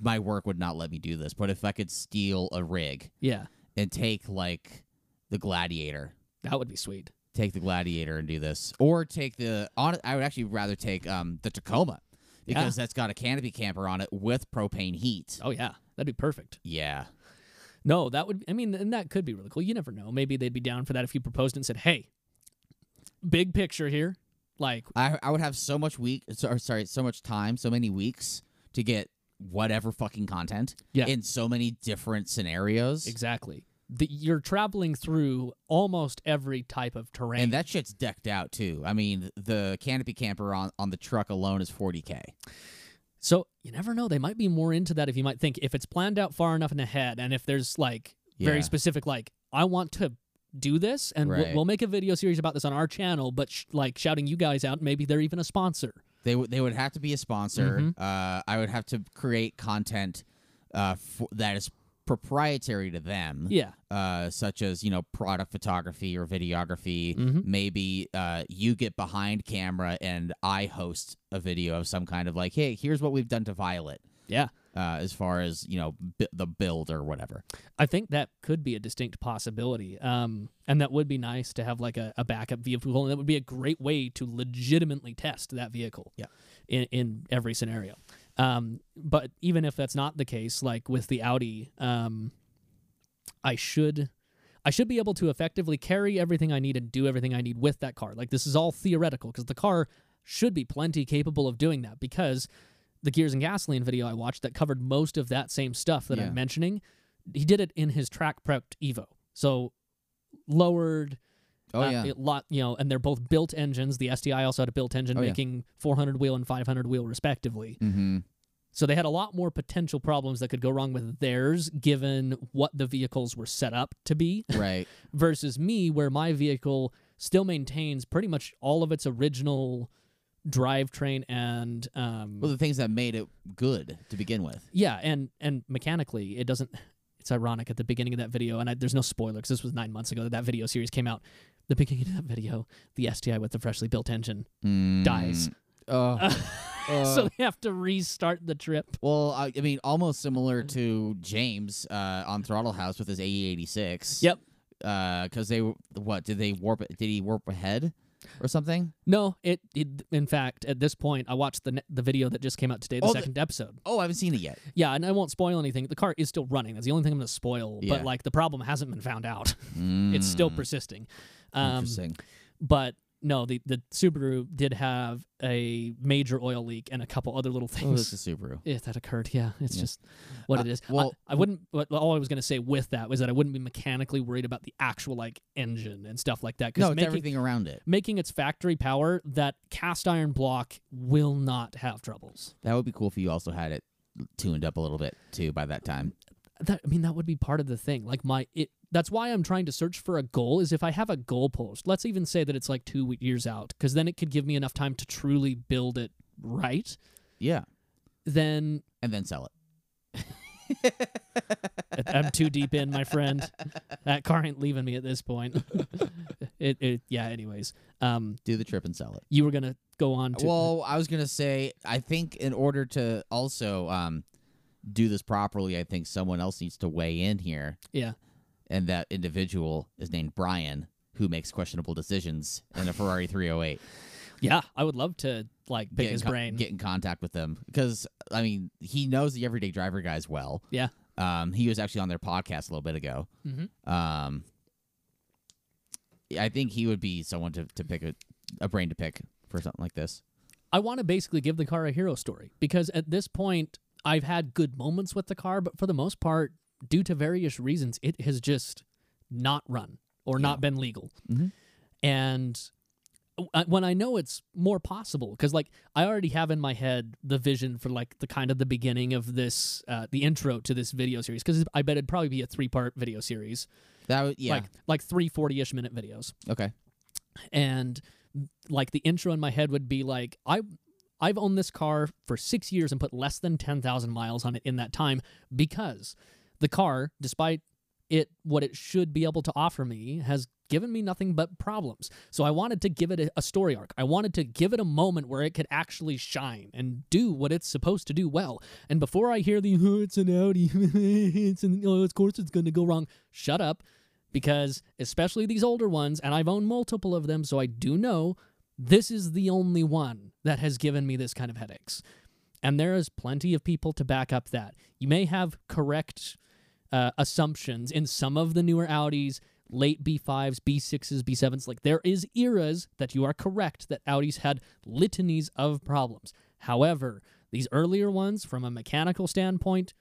A: my work would not let me do this, but if I could steal a rig
B: Yeah,
A: and take like the gladiator,
B: that would be sweet.
A: take the gladiator and do this, or take the on. I would actually rather take um the Tacoma because that's got a canopy camper on it with propane heat.
B: Oh yeah, that'd be perfect.
A: Yeah,
B: No, that would. I mean, and that could be really cool. You never know. Maybe they'd be down for that if you proposed and said, "Hey, big picture here." Like,
A: I I would have so much week. So, or sorry, so much time, so many weeks to get whatever fucking content
B: Yeah.
A: in so many different scenarios.
B: Exactly. The, you're traveling through almost every type of terrain.
A: And that shit's decked out too. I mean, the canopy camper on, on the truck alone is 40k.
B: so you never know. They might be more into that if you might think if it's planned out far enough in ahead, and if there's like
A: Yeah.
B: very specific, like I want to do this, and
A: Right.
B: we'll, we'll make a video series about this on our channel. But sh- like shouting you guys out, maybe they're even a sponsor.
A: They w- they would have to be a sponsor.
B: Mhm.
A: Uh, I would have to create content uh, for, that is proprietary to them.
B: Yeah.
A: Uh, such as you know product photography or videography.
B: Mhm.
A: Maybe uh, you get behind camera and I host a video of some kind of like, hey, here's what we've done to Violet.
B: Yeah.
A: Uh, as far as you know, bi- the build or whatever.
B: I think that could be a distinct possibility. Um, and that would be nice to have like a, a backup vehicle, and that would be a great way to legitimately test that vehicle.
A: Yeah.
B: In, in every scenario. Um, but even if that's not the case, like with the Audi, um, I should I should be able to effectively carry everything I need and do everything I need with that car. Like this is all theoretical because the car should be plenty capable of doing that because the gears and gasoline video I watched that covered most of that same stuff that
A: Yeah.
B: I'm mentioning, he did it in his track prepped Evo. So lowered
A: Oh,
B: Uh,
A: yeah.
B: a lot, you know, and they're both built engines. The SDI also had a built engine
A: Oh, yeah.
B: making 400 wheel and 500 wheel respectively.
A: Mm-hmm.
B: So they had a lot more potential problems that could go wrong with theirs given what the vehicles were set up to be
A: Right.
B: versus me where my vehicle still maintains pretty much all of its original drivetrain and um
A: well, the things that made it good to begin with.
B: yeah, and and mechanically, it doesn't. It's ironic at the beginning of that video, and I, there's no spoiler because this was nine months ago that that video series came out. The beginning of that video, the STI with the freshly built engine
A: Hmm.
B: dies,
A: Oh. Uh.
B: so they have to restart the trip.
A: Well, I, I mean, almost similar to James uh, on Throttle House with his E AE86.
B: Yep.
A: Because Uh, they were what did they warp? Did he warp ahead or something?
B: No, it, it. In fact, at this point, I watched the ne- the video that just came out today, the
A: Oh, the-
B: second episode.
A: Oh, I haven't seen it yet.
B: Yeah, and I won't spoil anything. The car is still running. That's the only thing I'm going to spoil.
A: Yeah.
B: But like, the problem hasn't been found out. it's still
A: Mm,
B: persisting. Um,
A: interesting.
B: but no, the the Subaru did have a major oil leak and a couple other little
A: Oh, this
B: things.
A: is Subaru.
B: yeah, that occurred. Yeah, it's
A: Yeah.
B: just what
A: Uh,
B: it is.
A: well-
B: I, I wouldn't. But all I was going to say with that was that I wouldn't be mechanically worried about the actual like engine and stuff like that.
A: No, it's
B: making,
A: everything around it.
B: making its factory power, that cast iron block will not have troubles.
A: That would be cool if you also had it tuned up a little bit too by that time.
B: That I mean, that would be part of the thing. Like my it. That's why I'm trying to search for a goal. Is if I have a goal post, let's even say that it's like two we- years out, because then it could give me enough time to truly build it right.
A: Yeah,
B: then
A: and then sell it.
B: I'm too deep in, my friend. That car ain't leaving me at this point. it, it, yeah. Anyways, um,
A: Do the trip and sell it.
B: you were gonna go on to
A: Well, I was gonna say, I think in order to also um, do this properly, I think someone else needs to weigh in here.
B: Yeah.
A: And that individual is named Brian, who makes questionable decisions in a Ferrari 308.
B: yeah. I would love to like pick
A: Get in
B: his
A: co-
B: brain.
A: Get in contact with them because I mean he knows the everyday driver guys well.
B: Yeah.
A: Um, he was actually on their podcast a little bit ago.
B: Mhm.
A: Um, I think he would be someone to, to pick a, a brain to pick for something like this.
B: I want to basically give the car a hero story because at this point I've had good moments with the car, but for the most part, due to various reasons, it has just not run or not been legal.
A: Mhm.
B: And w- uh, when I know it's more possible, because like I already have in my head the vision for like the kind of the beginning of this, uh, the intro to this video series, because I bet it'd probably be a three part video series,
A: That would yeah
B: like like three 40 ish minute videos
A: okay
B: and like the intro in my head would be like i i've owned this car for six years and put less than 10000 miles on it in that time because the car despite it what it should be able to offer me has given me nothing but problems so i wanted to give it a, a story arc i wanted to give it a moment where it could actually shine and do what it's supposed to do well and before i hear the oh, it's an audi it's an oh, of course it's going to go wrong shut up because especially these older ones, and I've owned multiple of them, so I do know this is the only one that has given me this kind of headaches. And there is plenty of people to back up that. You may have correct uh, assumptions in some of the newer Audis, late B5s, B6s, B7s. Like there is eras that you are correct that Audis had litanies of problems. However, these earlier ones, from a mechanical standpoint,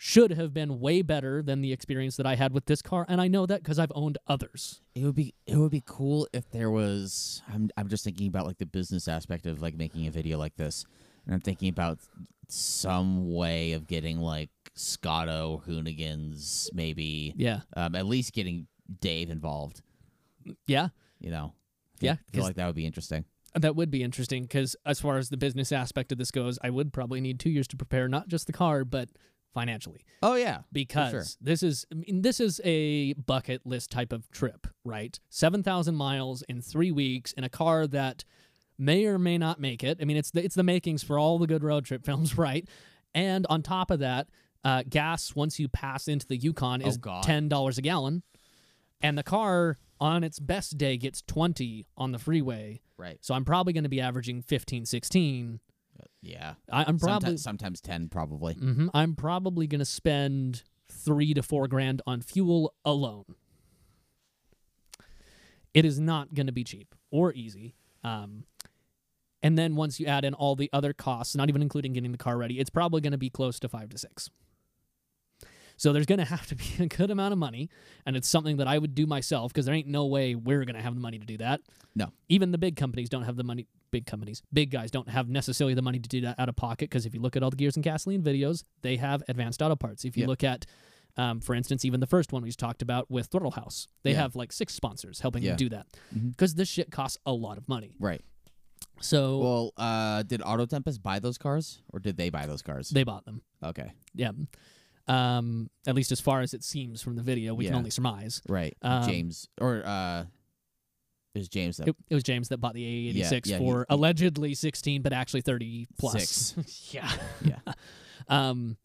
B: should have been way better than the experience that I had with this car, and I know that because I've owned others.
A: It would be it would be cool if there was. I'm I'm just thinking about like the business aspect of like making a video like this, and I'm thinking about some way of getting like Scotto Hoonigans, maybe
B: Yeah,
A: um, at least getting Dave involved.
B: yeah,
A: You know, I feel-
B: Yeah,
A: feel
B: 'cause-
A: like that would be interesting.
B: that would be interesting because as far as the business aspect of this goes, I would probably need two years to prepare not just the car but financially
A: Oh yeah,
B: because this is I mean, this is a bucket list type of trip, right? Seven thousand miles in three weeks in a car that may or may not make it. I mean, it's the, it's the makings for all the good road trip films, right? And on top of that, uh, gas once you pass into the Yukon
A: Oh,
B: is
A: God.
B: ten dollars a gallon, and the car on its best day gets twenty on the freeway.
A: right.
B: So I'm probably going to be averaging 15, 16.
A: Yeah,
B: I, I'm probably
A: sometimes, sometimes ten probably.
B: hmm I'm probably going to spend three to four grand on fuel alone. It is not going to be cheap or easy. Um, and then once you add in all the other costs, not even including getting the car ready, it's probably going to be close to five to six. So there's going to have to be a good amount of money, and it's something that I would do myself because there ain't no way we're going to have the money to do that.
A: No.
B: Even the big companies don't have the money. Big companies, big guys don't have necessarily the money to do that out of pocket because if you look at all the Gears and Gasoline videos, they have advanced auto parts. If you
A: Yep.
B: look at, um, for instance, even the first one we just talked about with Throttle House, they
A: Yeah.
B: have like six sponsors helping
A: Yeah.
B: them do that
A: Mhm.
B: because this shit costs a lot of money.
A: Right.
B: So
A: Well, uh, did Auto Tempest buy those cars, or did they buy those cars?
B: they bought them.
A: okay.
B: Yeah. Um, at least as far as it seems from the video, we
A: Yeah.
B: can only surmise.
A: Right.
B: Um,
A: James or uh, it was James that
B: It, it was James that bought the AA86
A: Yeah, yeah,
B: for
A: he- he-
B: allegedly 16, but actually 30 plus. yeah.
A: Yeah.
B: um,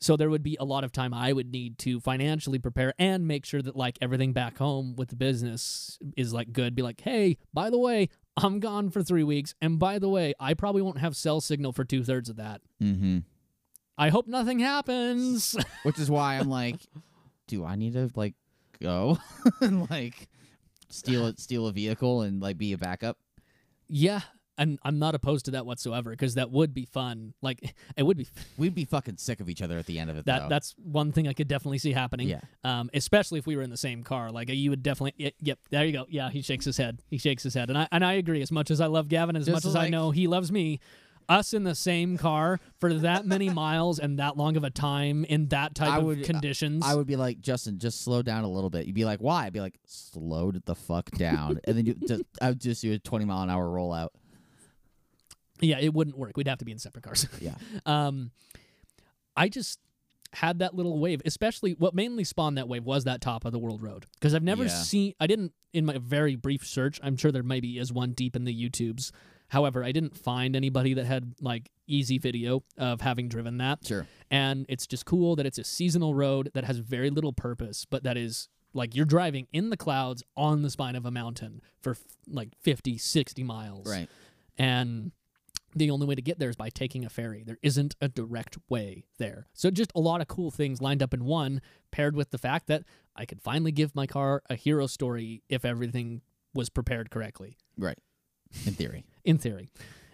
B: so there would be a lot of time I would need to financially prepare and make sure that like everything back home with the business is like good. Be like, hey, by the way, I'm gone for three weeks, and by the way, I probably won't have cell signal for two thirds of that.
A: Mm-hmm.
B: I hope nothing happens.
A: Which is why I'm like, do I need to like go and like steal a, steal a vehicle and like be a backup?
B: Yeah, and I'm not opposed to that whatsoever because that would be fun. Like it would be
A: We'd be fucking sick of each other at the end of it.
B: that.
A: though.
B: That's one thing I could definitely see happening.
A: yeah.
B: Um, especially if we were in the same car. Like you would definitely. y- yep. There you go. Yeah. He shakes his head. He shakes his head. And I and I agree. As much as I love Gavin, as
A: Just
B: much as I
A: like-
B: know he loves me. Us in the same car for that many miles and that long of a time in that type
A: I
B: of
A: would-
B: conditions.
A: I would be like Justin, just slow down a little bit. You'd be like, why? I'd be like, slowed the fuck down, and then you just I would just do a twenty mile an hour rollout.
B: yeah, it wouldn't work. We'd have to be in separate cars.
A: Yeah.
B: um, I just had that little wave, especially what mainly spawned that wave was that top of the world road because I've never
A: Yeah.
B: seen. I didn't in my very brief search. I'm sure there maybe is one deep in the YouTubes. However, I didn't find anybody that had like easy video of having driven that
A: Sure.
B: and it's just cool that it's a seasonal road that has very little purpose but that is like you're driving in the clouds on the spine of a mountain for f- like 50 60 miles
A: Right.
B: and the only way to get there is by taking a ferry there isn't a direct way there so just a lot of cool things lined up in one paired with the fact that i could finally give my car a hero story if everything was prepared correctly
A: Right. In theory.
B: in theory,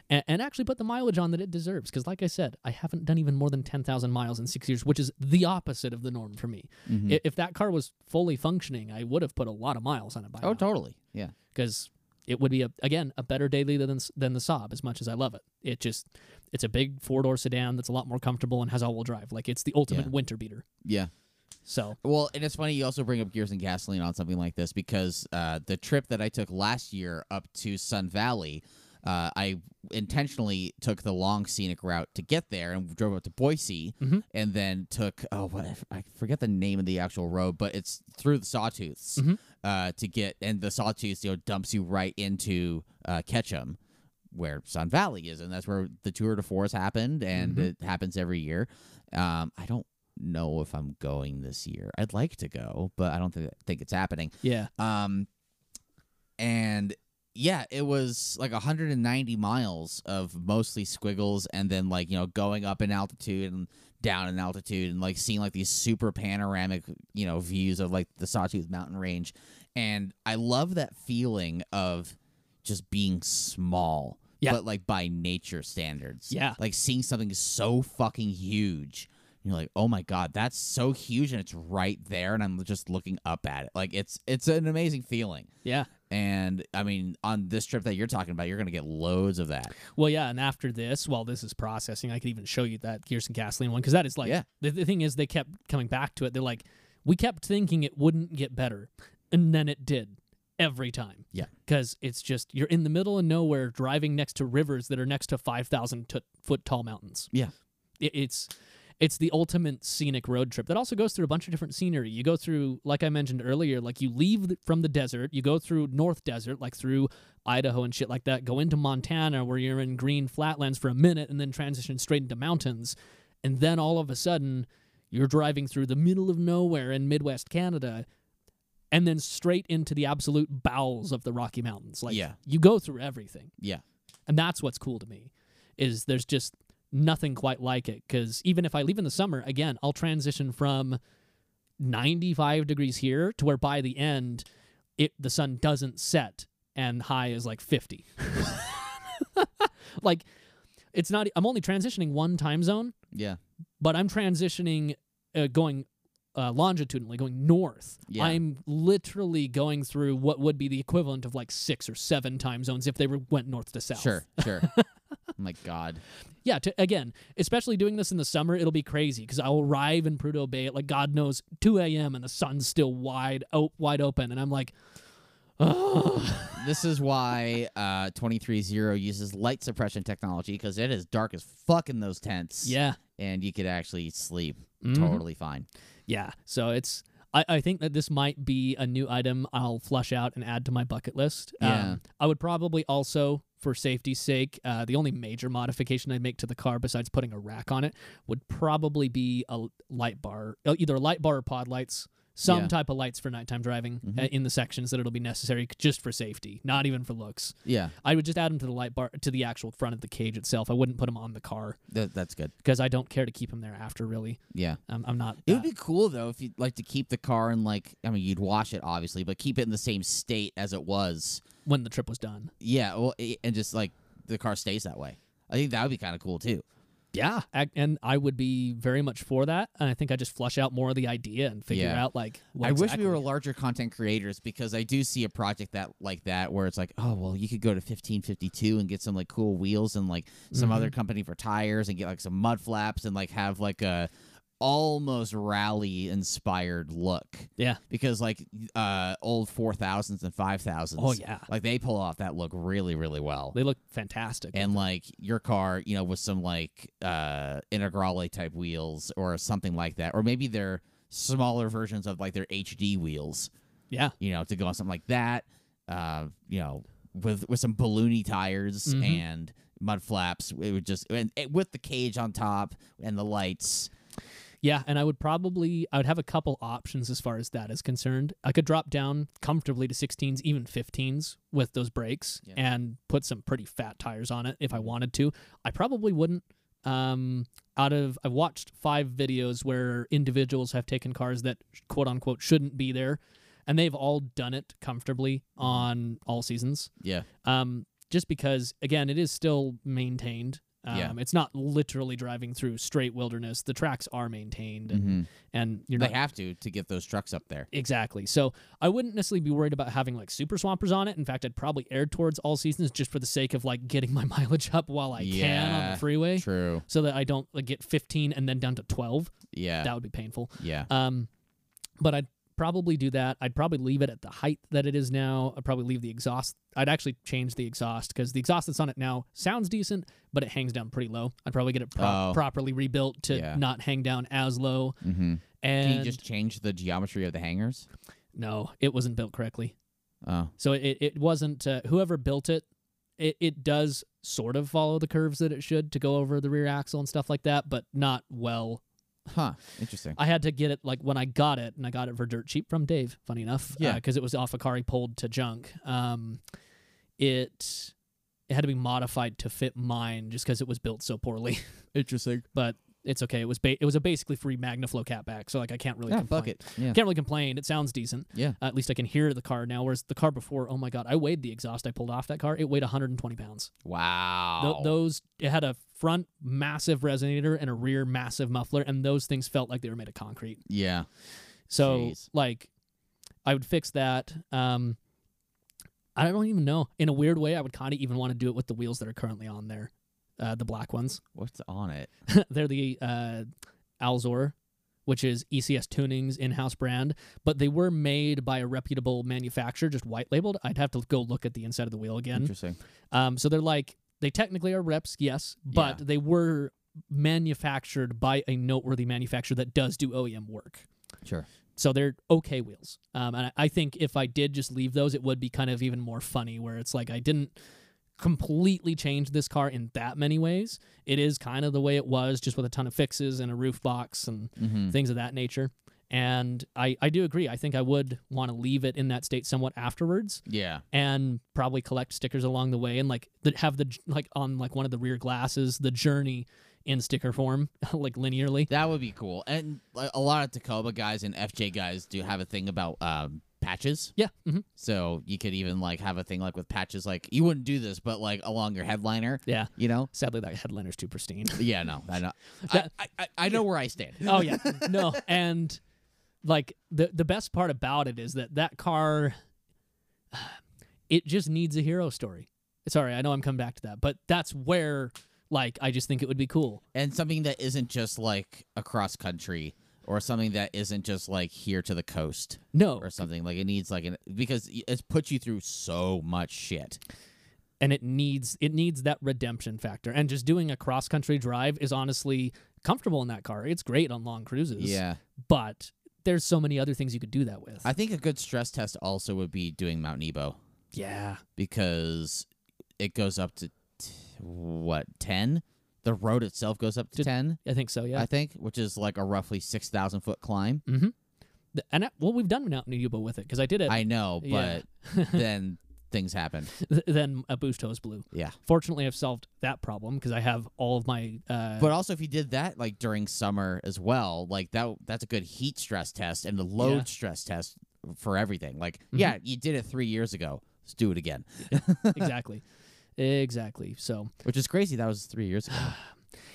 B: and, and actually put the mileage on that it deserves. Because, like I said, I haven't done even more than 10,000 miles in six years, which is the opposite of the norm for me.
A: Mhm.
B: I- If, that car was fully functioning, I would have put a lot of miles on it by
A: oh, totally. Yeah.
B: Because it would be, a, again, a better daily than, s- than the Saab, as much as I love it. It just, it's a big four door sedan that's a lot more comfortable and has all wheel drive. Like, it's the ultimate
A: Yeah.
B: winter beater.
A: Yeah.
B: So,
A: Well, and it's funny you also bring up gears and gasoline on something like this because uh, the trip that I took last year up to Sun Valley, uh, I intentionally took the long scenic route to get there and drove up to Boise,
B: Mhm.
A: and then took oh what I forget the name of the actual road, but it's through the Sawtooths
B: Mhm.
A: uh, to get, and the Sawtooths you know dumps you right into uh, Ketchum. Where Sun Valley is, and that's where the Tour de Force happened, and
B: Mhm.
A: it happens every year. Um, I don't know if I'm going this year. I'd like to go, but I don't think think it's happening.
B: yeah.
A: Um, and yeah, it was like 190 miles of mostly squiggles, and then like you know going up in altitude and down in altitude, and like seeing like these super panoramic you know views of like the Sawtooth Mountain Range, and I love that feeling of just being small.
B: Yeah.
A: But like by nature standards.
B: Yeah.
A: Like seeing something so fucking huge. You're like, oh my god, that's so huge, and it's right there, and I'm just looking up at it. Like it's it's an amazing feeling.
B: Yeah.
A: And I mean, on this trip that you're talking about, you're gonna get loads of that.
B: Well, yeah, and after this, while this is processing, I could even show you that Gears and Gasoline one because that is like
A: Yeah.
B: the, the thing is they kept coming back to it. They're like, we kept thinking it wouldn't get better, and then it did every time.
A: Yeah.
B: because it's just you're in the middle of nowhere, driving next to rivers that are next to five thousand foot tall mountains.
A: Yeah.
B: It, it's it's the ultimate scenic road trip that also goes through a bunch of different scenery. You go through, like I mentioned earlier, like you leave th- from the desert, you go through North Desert, like through Idaho and shit like that, go into Montana where you're in green flatlands for a minute and then transition straight into mountains. And then all of a sudden, you're driving through the middle of nowhere in Midwest Canada and then straight into the absolute bowels of the Rocky Mountains. Like,
A: Yeah.
B: you go through everything
A: Yeah.
B: and that's what's cool to me is there's just nothing quite like it because even if i leave in the summer again i'll transition from 95 degrees here to where by the end it the sun doesn't set and high is like 50 like e, it's not i'm only transitioning one time zone
A: Yeah.
B: but i'm transitioning uh, going uh, longitudinally, going north.
A: Yeah.
B: I'm literally going through what would be the equivalent of like six or seven time zones if they were, went north to south.
A: Sure, sure. Oh My God.
B: Yeah, to, again, especially doing this in the summer, it'll be crazy because I'll arrive in Prudhoe Bay at like God knows 2 a.m. and the sun's still wide out, wide open, and I'm like, oh,
A: This is why uh, 23-0 uses light suppression technology because it is dark as fuck in those tents.
B: yeah,
A: And you could actually sleep
B: Mhm.
A: totally fine.
B: yeah. So it's. I, I think that this might be a new item I'll flush out and add to my bucket list. Um,
A: Yeah.
B: I would probably also, for safety's sake, uh, the only major modification I'd make to the car besides putting a rack on it would probably be a l- light bar, uh, either a light bar or pod lights, some
A: Yeah. Mm-hmm.
B: type of lights for nighttime driving uh, in the sections that it'll be necessary c- just for safety, not even for looks.
A: Yeah,
B: I would just add them to the light bar to the actual front of the cage itself. I wouldn't put them on the car
A: th- that's good.
B: because I don't care to keep them there after. Really,
A: Yeah. Uh,
B: um, I'm not.
A: It
B: that-
A: would be cool though if you'd like to keep the car in like I mean you'd wash it obviously, but keep it in the same state as it was.
B: when the trip was done.
A: Yeah, well, i and just like the car stays that way. I think that would be kind of cool too.
B: Yeah, ac- and I would be very much for that. And I think I just flush out more of the idea and figure
A: Yeah.
B: out like. What
A: I wish we
B: exactly-
A: were larger content creators because I do see a project that like that where it's like, oh well, you could go to 1552 and get some like cool wheels and like some other
B: Mm-hmm.
A: company for tires and get like some mud flaps and like have like a almost rally inspired look
B: Yeah.
A: because like uh old 4000s and 5000s
B: Oh yeah,
A: like they pull off that look really really well
B: they look fantastic.
A: and like your car you know with some like uh integrale type wheels or something like that or maybe they're smaller versions of like their hd wheels
B: yeah,
A: you know to go on something like that uh you know with with some balloony tires
B: Mhm.
A: and mud flaps it would just and it, with the cage on top and the lights
B: yeah, and I would probably I would have a couple options as far as that is concerned. I could drop down comfortably to 16s, even 15s with those brakes,
A: Yeah.
B: and put some pretty fat tires on it if I wanted to. I probably wouldn't. Um, out of I've watched five videos where individuals have taken cars that quote unquote shouldn't be there, and they've all done it comfortably on all seasons.
A: yeah
B: um, just because again it is still maintained um,
A: Yeah.
B: it's not literally driving through straight wilderness the tracks are maintained and,
A: Mhm.
B: and you're
A: they
B: not
A: have to to get those trucks up there
B: exactly so i wouldn't necessarily be worried about having like super swampers on it in fact i'd probably air towards all seasons just for the sake of like getting my mileage up while i can on
A: Yeah.
B: the freeway
A: true
B: so that i don't like, get 15 and then down to 12
A: yeah
B: that would be painful
A: yeah
B: um, but I'd probably do that. I'd probably leave it at the height that it is now. I'd probably leave the exhaust. I'd actually change the exhaust because the exhaust that's on it now sounds decent, but it hangs down pretty low. I'd probably get it pro-
A: Oh.
B: properly rebuilt to
A: Yeah.
B: not hang down as low.
A: mm-hmm.
B: And
A: Can you just change the geometry of the hangers?
B: no, it wasn't built correctly.
A: Oh,
B: So it it wasn't uh, whoever built it. It it does sort of follow the curves that it should to go over the rear axle and stuff like that, but not well
A: huh. Interesting.
B: I had to get it like when I got it, and I got it for dirt cheap from Dave. Funny enough,
A: Yeah.
B: because it was off a car he pulled to junk. Um, it it had to be modified to fit mine just because it was built so poorly,
A: Interesting.
B: but it's okay. It was ba- it was a basically free MagnaFlow catback, so like I can't really
A: Yeah,
B: complain.
A: bucket. Ah, Yeah.
B: Can't really complain. It sounds decent.
A: Yeah.
B: Uh, at least I can hear the car now. Whereas the car before, oh my god, I weighed the exhaust I pulled off that car. It weighed 120 pounds. Tho-
A: Wow.
B: those it had a front massive resonator and a rear massive muffler, and those things felt like they were made of concrete.
A: yeah.
B: So
A: Jeez.
B: like I would fix that. Um I don't even know. In a weird way, I would kind of even want to do it with the wheels that are currently on there. Uh, the black ones.
A: What's on it?
B: They're the uh, Alzor, which is ECS Tuning's in house brand, but they were made by a reputable manufacturer, just white labeled. I'd have to go look at the inside of the wheel again.
A: Interesting.
B: Um, so they're like they technically are reps, yes, but
A: Yeah.
B: they were manufactured by a noteworthy manufacturer that does do OEM work.
A: Sure.
B: So they're okay wheels. Um, and I I think if I did just leave those, it would be kind of even more funny where it's like I didn't completely change this car in that many ways. It is kind of the way it was, just with a ton of fixes and a roof box and
A: Mm-hmm.
B: things of that nature. And I, I do agree. I think I would want to leave it in that state somewhat afterwards
A: Yeah.
B: and probably collect stickers along the way and like that have the j- like on like one of the rear glasses the journey in sticker form like linearly
A: That would be cool. And like, a lot of Tacoma guys and FJ guys do have a thing about um, patches.
B: yeah mhm.
A: So you could even like have a thing like with patches. Like you wouldn't do this, but like along your headliner.
B: yeah
A: You know.
B: sadly that headliner's too pristine
A: Yeah. No. I know. I,
B: That-
A: I, I, I know where I stand.
B: Oh yeah, no, Oh, and like the the best part about it is that that car it just needs a hero story. Sorry, I know I'm coming back to that, but that's where like I just think it would be cool.
A: and something that isn't just like across country or something that isn't just like here to the coast
B: No,
A: or something like it needs like an because it's put you through so much shit
B: and it needs it needs that redemption factor. And just doing a cross country drive is honestly comfortable in that car. It's great on long cruises.
A: yeah
B: but there's so many other things you could do that with.
A: i think a good stress test also would be doing mount nebo
B: yeah,
A: because it goes up to t- what 10 the road itself goes up to
B: To-
A: 10
B: I think so. Yeah,
A: i think which is like a roughly 6000 foot climb
B: Th- and I, well, we've done Mount Nuba with it because I did it.
A: i know
B: yeah.
A: but then things happen
B: Th- then a boost hose blew.
A: yeah
B: Fortunately, I've solved that problem because I have all of my. Uh,
A: But also, if you did that like during summer as well, like that that's a good heat stress test and a load
B: Yeah. Mm-hmm.
A: stress test for everything. Like, yeah, you did it three years ago. Let's do it again.
B: exactly, exactly. So
A: Which is crazy. That was three years ago.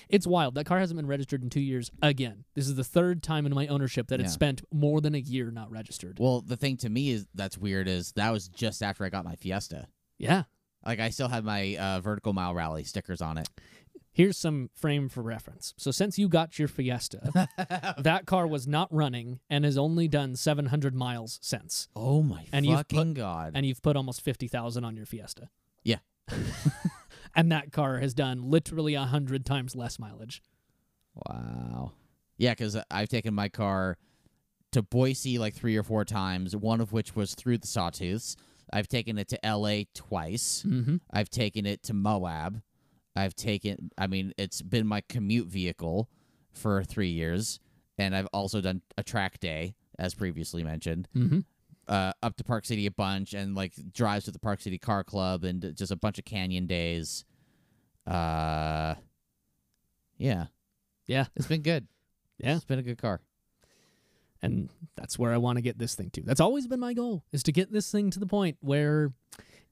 B: it's wild. That car hasn't been registered in two years. Again, this is the third time in my ownership that
A: Yeah.
B: it's spent more than a year not registered.
A: well, the thing to me is that's weird is that was just after I got my Fiesta.
B: Yeah.
A: Like I still had my uh, vertical mile rally stickers on it.
B: Here's some frame for reference. So since you got your Fiesta, that car was not running and has only done 700 miles since.
A: Oh my
B: And you've
A: fucking god!
B: and you've put almost 50,000 on your Fiesta.
A: Yeah.
B: and that car has done literally 100 times less mileage.
A: wow. Yeah, because I've taken my car to Boise like three or four times. One of which was through the Sawtooths. I've taken it to L.A. twice.
B: Mm-hmm.
A: I've taken it to Moab. I've taken, I mean, it's been my commute vehicle for three years. And I've also done a track day, as previously mentioned,
B: Mm-hmm.
A: uh, up to Park City a bunch and like drives to the Park City Car Club and just a bunch of canyon days. Uh, yeah.
B: Yeah.
A: It's been good.
B: Yeah.
A: It's been a good car.
B: And that's where I want to get this thing to. That's always been my goal is to get this thing to the point where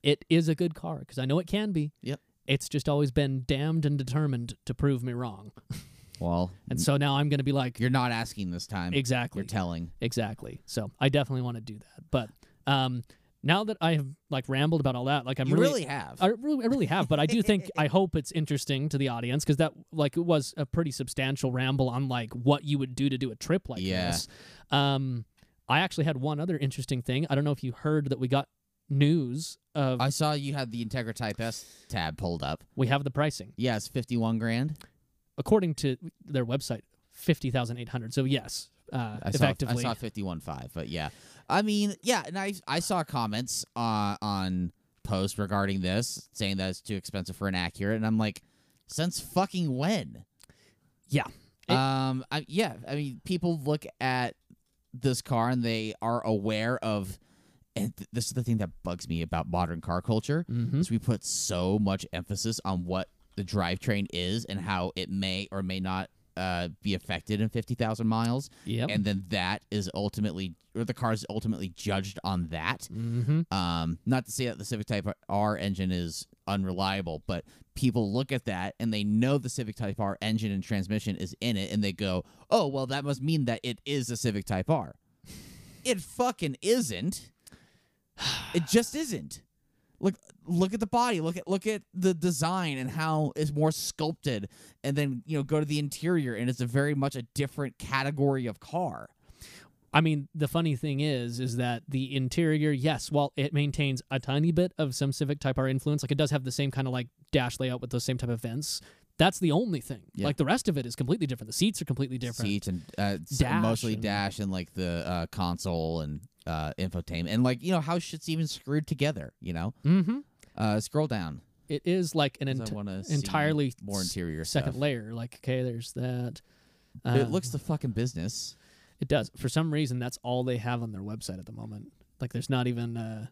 B: it is a good car because I know it can be.
A: Yep.
B: It's just always been damned and determined to prove me wrong.
A: Well,
B: And so now I'm going to be like,
A: Mm-hmm. you're not asking this time.
B: exactly.
A: You're telling.
B: exactly. So I definitely want to do that. But um, now that I have like rambled about all that, like I'm
A: you
B: really,
A: really, have.
B: I really, I really have, but I do think I hope it's interesting to the audience because that like it was a pretty substantial ramble on like what you would do to do a trip like
A: Yeah.
B: this. Um, I actually had one other interesting thing. I don't know if you heard that we got news of
A: I saw you had the Integra Type S tab pulled up.
B: we have the pricing
A: Yeah, it's 51 grand.
B: according to their website fifty thousand eight hundred. So yes, uh,
A: I saw,
B: effectively,
A: I saw 51.5, but yeah. I mean, yeah, and I, I saw comments uh, on posts regarding this saying that it's too expensive for an Accurate, and I'm like, since fucking when?
B: Yeah. It-
A: um. I, yeah. I mean, people look at this car and they are aware of, and th- this is the thing that bugs me about modern car culture
B: Mhm.
A: is we put so much emphasis on what the drivetrain is and how it may or may not uh, be affected in 50,000 miles
B: Yep.
A: and then that is ultimately or the car is ultimately judged on that
B: mm-hmm.
A: um not to say that the civic type r engine is unreliable but people look at that and they know the civic type r engine and transmission is in it and they go oh well that must mean that it is a civic type r it fucking isn't it just isn't look look at the body look at look at the design and how it's more sculpted and then you know go to the interior and it's a very much a different category of car
B: I mean, the funny thing is, is that the interior, yes, while it maintains a tiny bit of some Civic Type R influence, like it does have the same kind of like dash layout with those same type of vents. That's the only thing.
A: Yeah.
B: Like the rest of it is completely different. The seats are completely different.
A: seats and uh, s-
B: Dash
A: mostly
B: and-
A: dash and like the uh, console and uh, infotainment and like you know how shit's even screwed together. You know,
B: Mm-hmm.
A: uh, scroll down.
B: It is like an
A: 'cause
B: ent-
A: I want to
B: entirely
A: more
B: s-
A: interior
B: second
A: stuff.
B: layer. Like, okay, there's that.
A: it
B: Um,
A: looks the fucking business.
B: It does. For some reason, that's all they have on their website at the moment. Like, there's not even. Uh,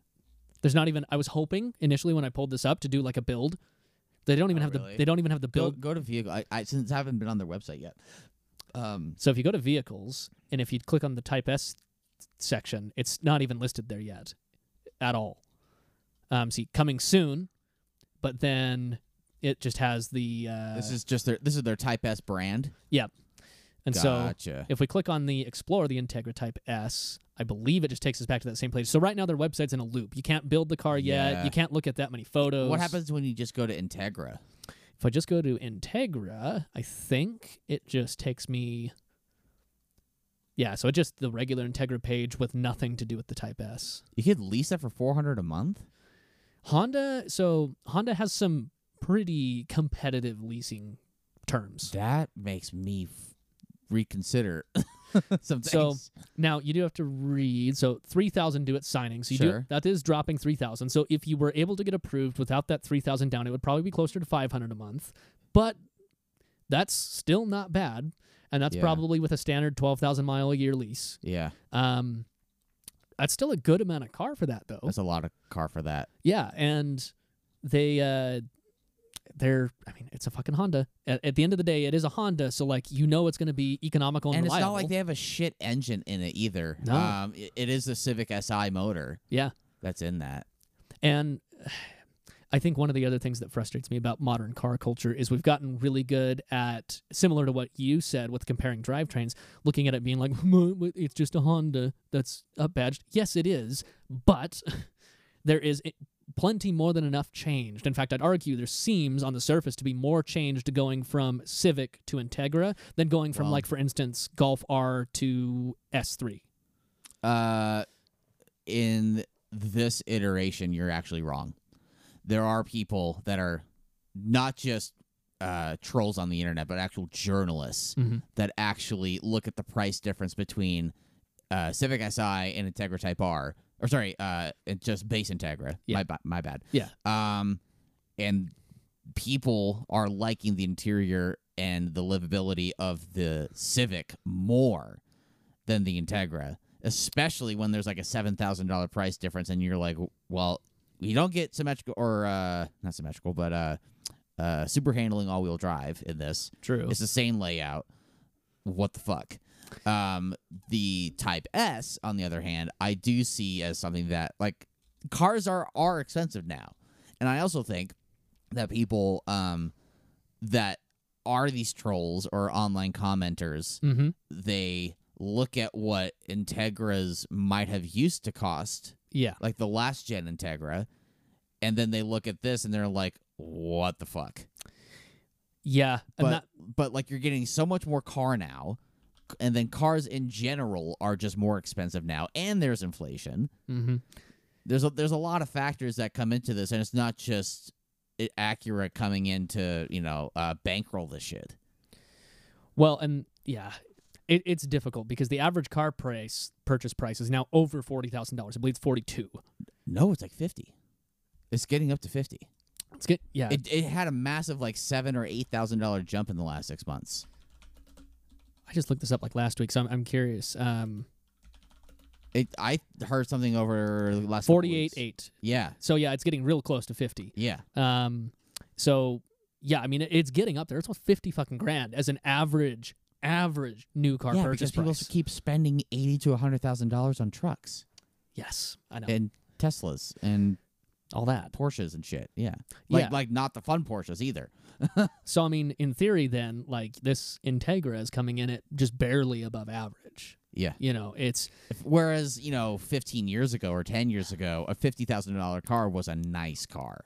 B: there's not even. I was hoping initially when I pulled this up to do like a build. They don't even
A: Oh,
B: have
A: really?
B: the. They don't even have the
A: Go
B: build
A: go to vehicle. I, I since I haven't been on their website yet. Um,
B: So if you go to vehicles and if you click on the Type S section, it's not even listed there yet at all. Um, see, coming soon, but then it just has the uh,
A: this is just their this is their Type S brand.
B: yeah. And so
A: Gotcha.
B: if we click on the explore the Integra Type S, I believe it just takes us back to that same page. So right now their website's in a loop. You can't build the car yet.
A: Yeah.
B: You can't look at that many photos.
A: what happens when you just go to Integra?
B: If I just go to Integra, I think it just takes me Yeah, so it just the regular Integra page with nothing to do with the Type S.
A: You could lease that for four hundred a month.
B: Honda, so Honda has some pretty competitive leasing terms.
A: That makes me f- reconsider some
B: So-
A: things.
B: Now you do have to read. So three thousand due at signing. So you do
A: Sure.
B: that is dropping three thousand. So if you were able to get approved without that three thousand down, it would probably be closer to five hundred a month. But that's still not bad, and that's
A: Yeah.
B: probably with a standard twelve thousand mile a year lease.
A: yeah,
B: Um, that's still a good amount of car for that though.
A: that's a lot of car for that.
B: Yeah, and they uh they're I mean, it's a fucking Honda. At, at the end of the day, it is a Honda, so like you know it's going to be economical and,
A: and it's not
B: reliable.
A: like they have a shit engine in it either.
B: No.
A: Um, it, it is the Civic Si motor
B: yeah.
A: that's in that.
B: And I think one of the other things that frustrates me about modern car culture is we've gotten really good at, similar to what you said with comparing drivetrains, looking at it being like, "Mm, it's just a Honda that's upbadged. Yes, it is, but there is i- plenty more than enough changed. In fact, I'd argue there seems on the surface to be more changed going from Civic to Integra than going from,
A: Wow.
B: like, for instance, Golf R to S3.
A: Uh, in this iteration, you're actually wrong. There are people that are not just uh, trolls on the internet, but actual journalists
B: Mhm.
A: that actually look at the price difference between uh, Civic Si and Integra Type R, or sorry, uh, and just base Integra.
B: Yeah.
A: My, ba- my bad.
B: Yeah.
A: Um, and people are liking the interior and the livability of the Civic more than the Integra, especially when there's like a seven thousand dollar price difference, and you're like, well, you don't get symmetrical or uh, not symmetrical, but uh, uh, super handling all wheel drive in this.
B: True.
A: It's the same layout. What the fuck? Um, the Type S, on the other hand, I do see as something that like cars are are expensive now, and I also think that people um that are these trolls or online commenters
B: Mm-hmm.
A: they look at what Integras might have used to cost,
B: Yeah.
A: like the last gen Integra, and then they look at this and they're like, "What the fuck?"
B: Yeah.
A: But
B: and that,
A: but like you're getting so much more car now, and then cars in general are just more expensive now, and there's inflation.
B: hmm
A: There's a, there's a lot of factors that come into this, and it's not just i- Acura coming in to you know uh, bankroll this shit.
B: Well, and yeah, it, it's difficult because the average car price purchase price is now over forty thousand dollars. I believe it's forty two.
A: No, it's like fifty. It's getting up to fifty.
B: It's good. Yeah,
A: It, it had a massive like seven or eight thousand dollar jump in the last six months.
B: I just looked this up like last week, so I'm, I'm curious. Um,
A: It I heard something over the last couple
B: forty eight
A: weeks.
B: eight.
A: Yeah,
B: So yeah, it's getting real close to fifty.
A: yeah,
B: Um, so yeah, I mean it, it's getting up there. It's almost fifty fucking grand as an average average new car
A: yeah. Because
B: purchase
A: people
B: price.
A: keep spending eighty to hundred thousand dollars on trucks
B: Yes, I know
A: and Teslas and
B: all that.
A: Porsches and shit. Yeah, like
B: Yeah.
A: like not the fun Porsches either.
B: So I mean, in theory, then like this Integra is coming in at just barely above average.
A: Yeah.
B: You know, it's
A: If- whereas you know, fifteen years ago or ten years ago, a fifty thousand dollar car was a nice car.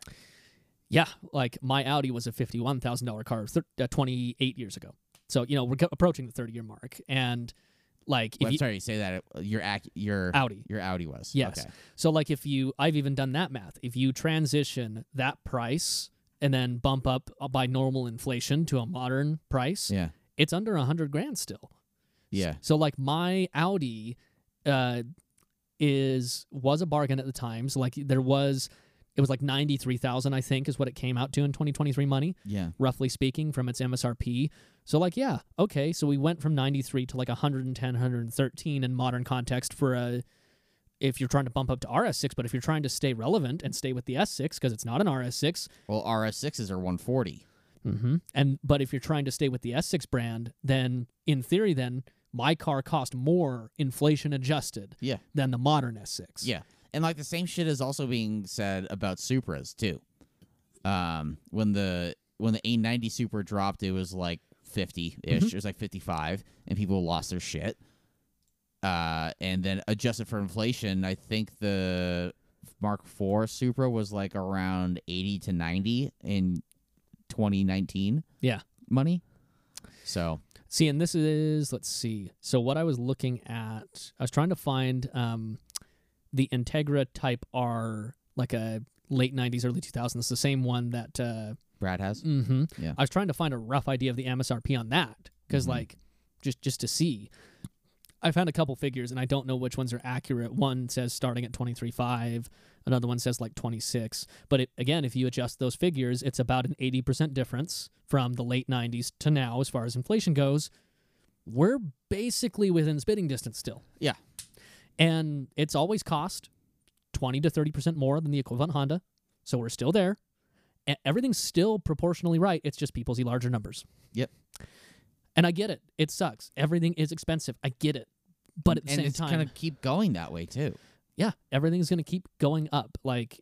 B: Yeah, like my Audi was a fifty-one thousand dollar car thir- uh, twenty-eight years ago. So you know we're go- approaching the thirty-year mark, and like
A: Well,
B: if
A: I'm
B: you,
A: sorry, say that uh, your Ac- your
B: Audi,
A: your Audi was
B: yes.
A: Okay.
B: So like if you, I've even done that math. If you transition that price and then bump up uh, by normal inflation to a modern price,
A: Yeah.
B: it's under a hundred grand still.
A: Yeah.
B: So like my Audi uh is was a bargain at the time. So like there was it was like 93,000 I think is what it came out to in 2023 money,
A: Yeah.
B: roughly speaking from its MSRP. So like yeah, okay, so we went from 93 to like 110 113 in modern context for a if you're trying to bump up to RS6, but if you're trying to stay relevant and stay with the S6 because it's not an RS6,
A: Well, RS sixes are one forty.
B: Mm-hmm. And but if you're trying to stay with the S6 brand, then in theory, then my car cost more inflation adjusted
A: Yeah.
B: than the modern S6.
A: Yeah. And like the same shit is also being said about Supras too. Um when the when the A90 Super dropped it was like 50 ish.
B: Mm-hmm.
A: It was like 55, and people lost their shit. Uh, and then adjusted for inflation, I think the Mark IV Supra was like around 80 to 90 in 2019
B: Yeah.
A: money. So
B: See, and this is let's see. So what I was looking at, I was trying to find um, the Integra Type R, like a late '90s, early 2000s. It's the same one that. Uh,
A: Brad has.
B: hmm
A: Yeah.
B: I was trying to find a rough idea of the MSRP on that because,
A: Mhm.
B: like, just just to see. I found a couple figures, and I don't know which ones are accurate. One says starting at twenty three five. Another one says like twenty six. But it, again, if you adjust those figures, it's about an eighty percent difference from the late nineties to now as far as inflation goes. We're basically within spitting distance still.
A: Yeah.
B: And it's always cost twenty to thirty percent more than the equivalent Honda. So we're still there. E- everything's still proportionally right. It's just people see larger numbers.
A: Yep.
B: And I get it. It sucks. Everything is expensive. I get it. But at the
A: and
B: same
A: it's
B: time,
A: gonna keep going that way too.
B: yeah, everything's going to keep going up. Like,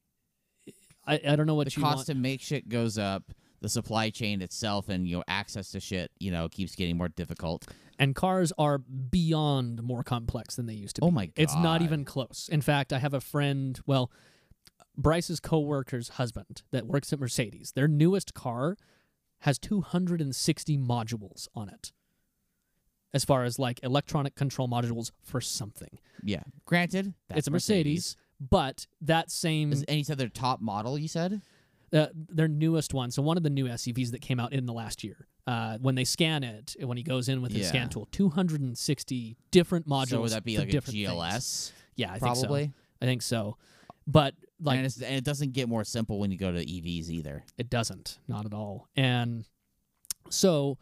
B: I, I don't know what
A: the
B: you
A: cost
B: want.
A: to make shit goes up. The supply chain itself and you know access to shit you know keeps getting more difficult.
B: and cars are beyond more complex than they used to be.
A: Oh my god!
B: It's not even close. In fact, I have a friend, well, Bryce's coworker's husband that works at Mercedes. Their newest car has 260 modules on it. As far as like electronic control modules for something.
A: Yeah. Granted, that's
B: it's a Mm-hmm. Mercedes, but that same
A: Is- And you said their top model. You said
B: uh, their newest one. So one of the new SUVs that came out in the last year. Uh, when they scan it, when he goes in with his
A: Yeah.
B: scan tool, 260 different modules.
A: So would that be
B: for
A: like a
B: different
A: GLS?
B: things. Yeah, I
A: probably.
B: think so. I think so. But like
A: and, it's, and it doesn't get more simple when you go to EVs either.
B: it doesn't not at all and so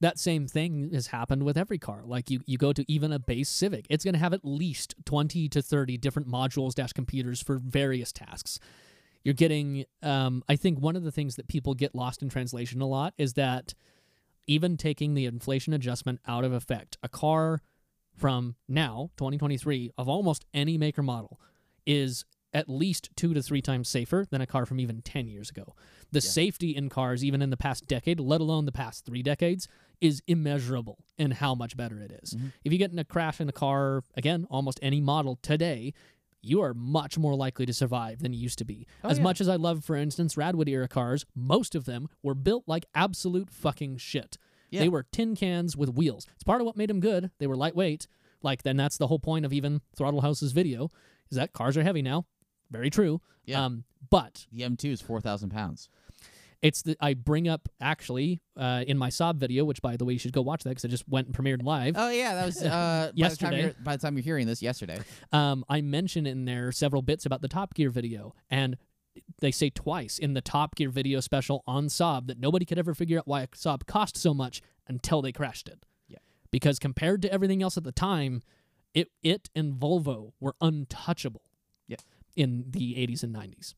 B: that same thing has happened with every car like you, you go to even a base civic it's going to have at least 20 to 30 different modules dash computers for various tasks you're getting um, i think one of the things that people get lost in translation a lot is that even taking the inflation adjustment out of effect a car from now 2023 of almost any maker model is at least two to three times safer than a car from even 10 years ago the safety in cars, even in the past decade, let alone the past three decades, is immeasurable in how much better it is. If you get in a crash in a car, again, almost any model today, you are much more likely to survive than you used to be. as
A: yeah.
B: much as I love, for instance, Radwood era cars, most of them were built like absolute fucking shit.
A: Yeah.
B: They were tin cans with wheels. It's part of what made them good. They were lightweight. Like, then that's the whole point of even Throttle House's video is that cars are heavy now. Very true.
A: Yeah.
B: Um, but
A: The M2 is four thousand pounds.
B: it's the I bring up actually uh, in my sob video, which by the way you should go watch that because it just went and premiered live.
A: Oh yeah, that was uh, By the,
B: Yesterday.
A: time you're, by the time you're hearing this, yesterday.
B: Um, I mention in there several bits about the Top Gear video, and they say twice in the Top Gear video special on Saab that nobody could ever figure out why a Saab cost so much until they crashed it.
A: Yeah.
B: because compared to everything else at the time, it it and Volvo were untouchable.
A: Yeah.
B: in the 80s and 90s,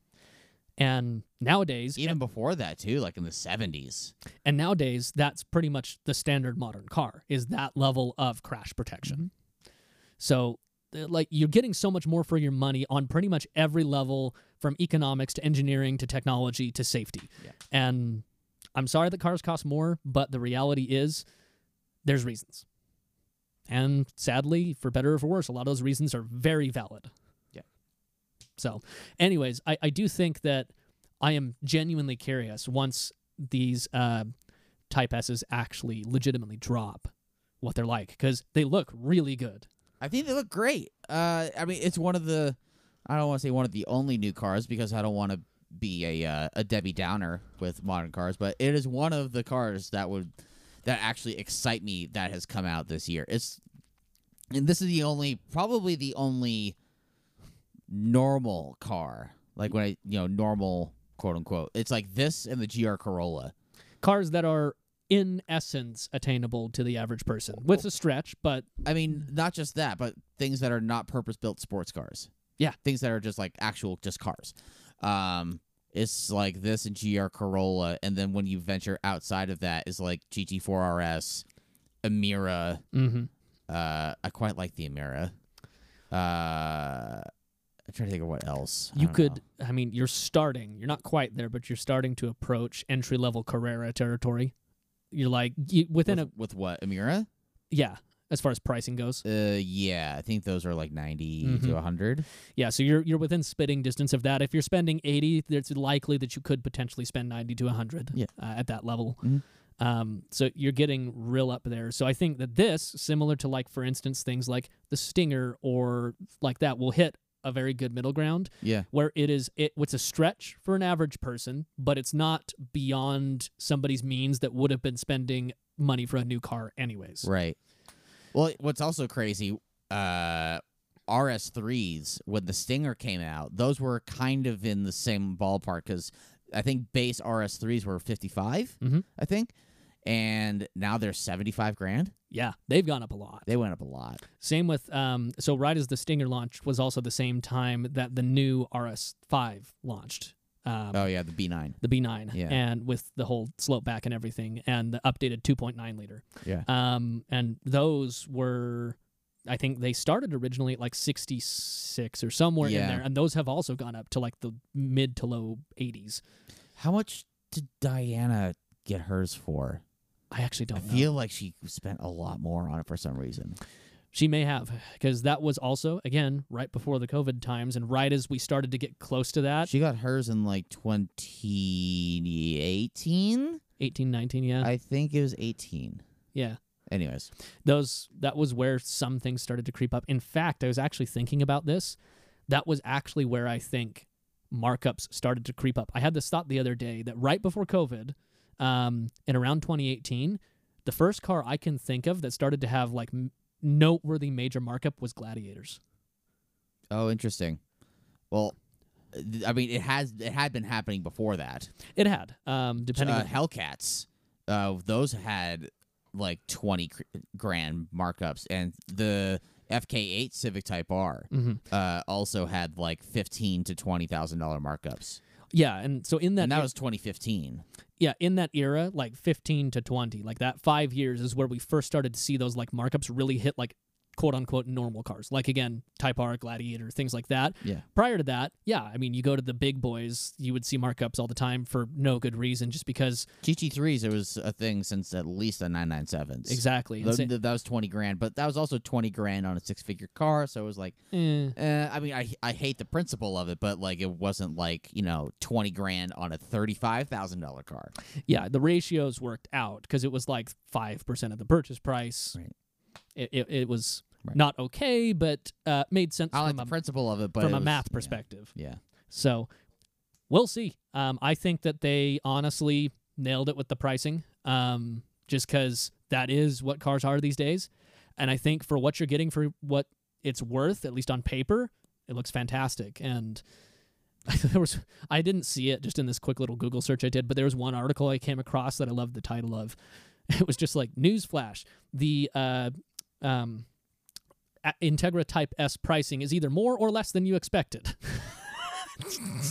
B: and nowadays
A: Even before that too, like in the seventies.
B: And nowadays, that's pretty much the standard modern car is that level of crash protection.
A: Mm-hmm.
B: So, th- like, you're getting so much more for your money on pretty much every level, from economics to engineering to technology to safety.
A: Yeah.
B: And I'm sorry that cars cost more, but the reality is, there's reasons. And sadly, for better or for worse, a lot of those reasons are very valid.
A: Yeah.
B: So, anyways, I, I do think that I am genuinely curious once these uh, Type S's actually legitimately drop what they're like because they look really good.
A: I think they look great. Uh, I mean, it's one of the. I don't want to say one of the only new cars because I don't want to be a uh, a Debbie Downer with modern cars, but it is one of the cars that would that actually excite me that has come out this year. It's and this is the only, probably the only normal car. Like when I, you know, normal quote unquote. It's like this and the GR Corolla.
B: Cars that are in essence attainable to the average person. With a stretch, but
A: I mean, not just that, but things that are not purpose built sports cars.
B: Yeah.
A: Things that are just like actual just cars. Um it's like this and GR Corolla and then when you venture outside of that is like GT4 RS, Amira,
B: mhm.
A: uh I quite like the Amira. Uh I'm trying to think of what else. I
B: you
A: don't
B: could.
A: know.
B: I mean, you're starting. You're not quite there, but you're starting to approach entry level Carrera territory. you're like you, within
A: with,
B: a
A: with what Amira?
B: yeah as far as pricing goes
A: Uh, yeah, I think those are like 90
B: Mhm.
A: to hundred.
B: yeah so you're you're within spitting distance of that if you're spending 80 it's likely that you could potentially spend 90 to 100
A: Yeah.
B: uh, at that level
A: Mhm.
B: um, so you're getting real up there so i think that this similar to like for instance things like the stinger or like that will hit a very good middle ground
A: Yeah,
B: where it is it it's a stretch for an average person, but it's not beyond somebody's means that would have been spending money for a new car anyways.
A: right. Well, what's also crazy, uh, RS3s when the Stinger came out, those were kind of in the same ballpark because I think base RS3s were 55,
B: Mhm.
A: I think, and now they're 75 grand.
B: Yeah, they've gone up a lot.
A: They went up a lot.
B: Same with um so right as the Stinger launched was also the same time that the new RS5 launched. Um
A: Oh yeah, the B9.
B: the B9
A: Yeah.
B: and with the whole slope back and everything and the updated 2.9 liter.
A: Yeah.
B: Um and those were I think they started originally at like 66 or somewhere in
A: Yeah.
B: there and those have also gone up to like the mid to low 80s.
A: How much did Diana get hers for?
B: I actually
A: I
B: don't know.
A: feel like she spent a lot more on it for some reason.
B: She may have because that was also again right before the covid times and right as we started to get close to that,
A: She got hers in like 2018.
B: 18 19, yeah.
A: I think it was 18.
B: yeah.
A: Anyways,
B: those that was where some things started to creep up. In fact, I was actually thinking about this. That was actually where I think markups started to creep up. I had this thought the other day that right before COVID, um, and around 2018, the first car I can think of that started to have like m- noteworthy major markup was Gladiators.
A: oh, interesting. Well, th- I mean, it has it had been happening before that.
B: It had, um, depending
A: Uh,
B: on
A: Hellcats, uh, those had like 20 cr- grand markups, and the FK8 Civic Type R
B: Mhm.
A: uh, also had like 15 to 20 thousand dollar markups,
B: yeah, and so in that,
A: and that was 2015.
B: yeah, in that era, like 15 to 20, like that five years is where we first started to see those like markups really hit like quote unquote normal cars. Like again, Type R, Gladiator, things like that.
A: Yeah.
B: Prior to that, yeah, I mean, you go to the big boys, you would see markups all the time for no good reason, just because
A: GT3s, it was a thing since at least the 997s.
B: exactly.
A: Th-
B: It's-
A: th- that was 20 grand, but that was also 20 grand on a six figure car. So it was like,
B: eh,
A: eh, I mean, I, I hate the principle of it, but like it wasn't like, you know, 20 grand on a $35,000 car.
B: yeah, the ratios worked out because it was like five percent of the purchase price.
A: Right.
B: It, it, it was
A: Right.
B: not okay, but uh, made sense
A: I like
B: from
A: the
B: a,
A: principle of it, but
B: from
A: it
B: a
A: was-
B: math
A: yeah,
B: perspective.
A: Yeah.
B: So we'll see. Um, I think that they honestly nailed it with the pricing, um, just because that is what cars are these days. And I think for what you're getting for what it's worth, at least on paper, it looks fantastic. And there was I didn't see it just in this quick little Google search I did, but there was one article I came across that I loved the title of. It was just like newsflash: the uh, um, A- Integra Type S pricing is either more or less than you expected.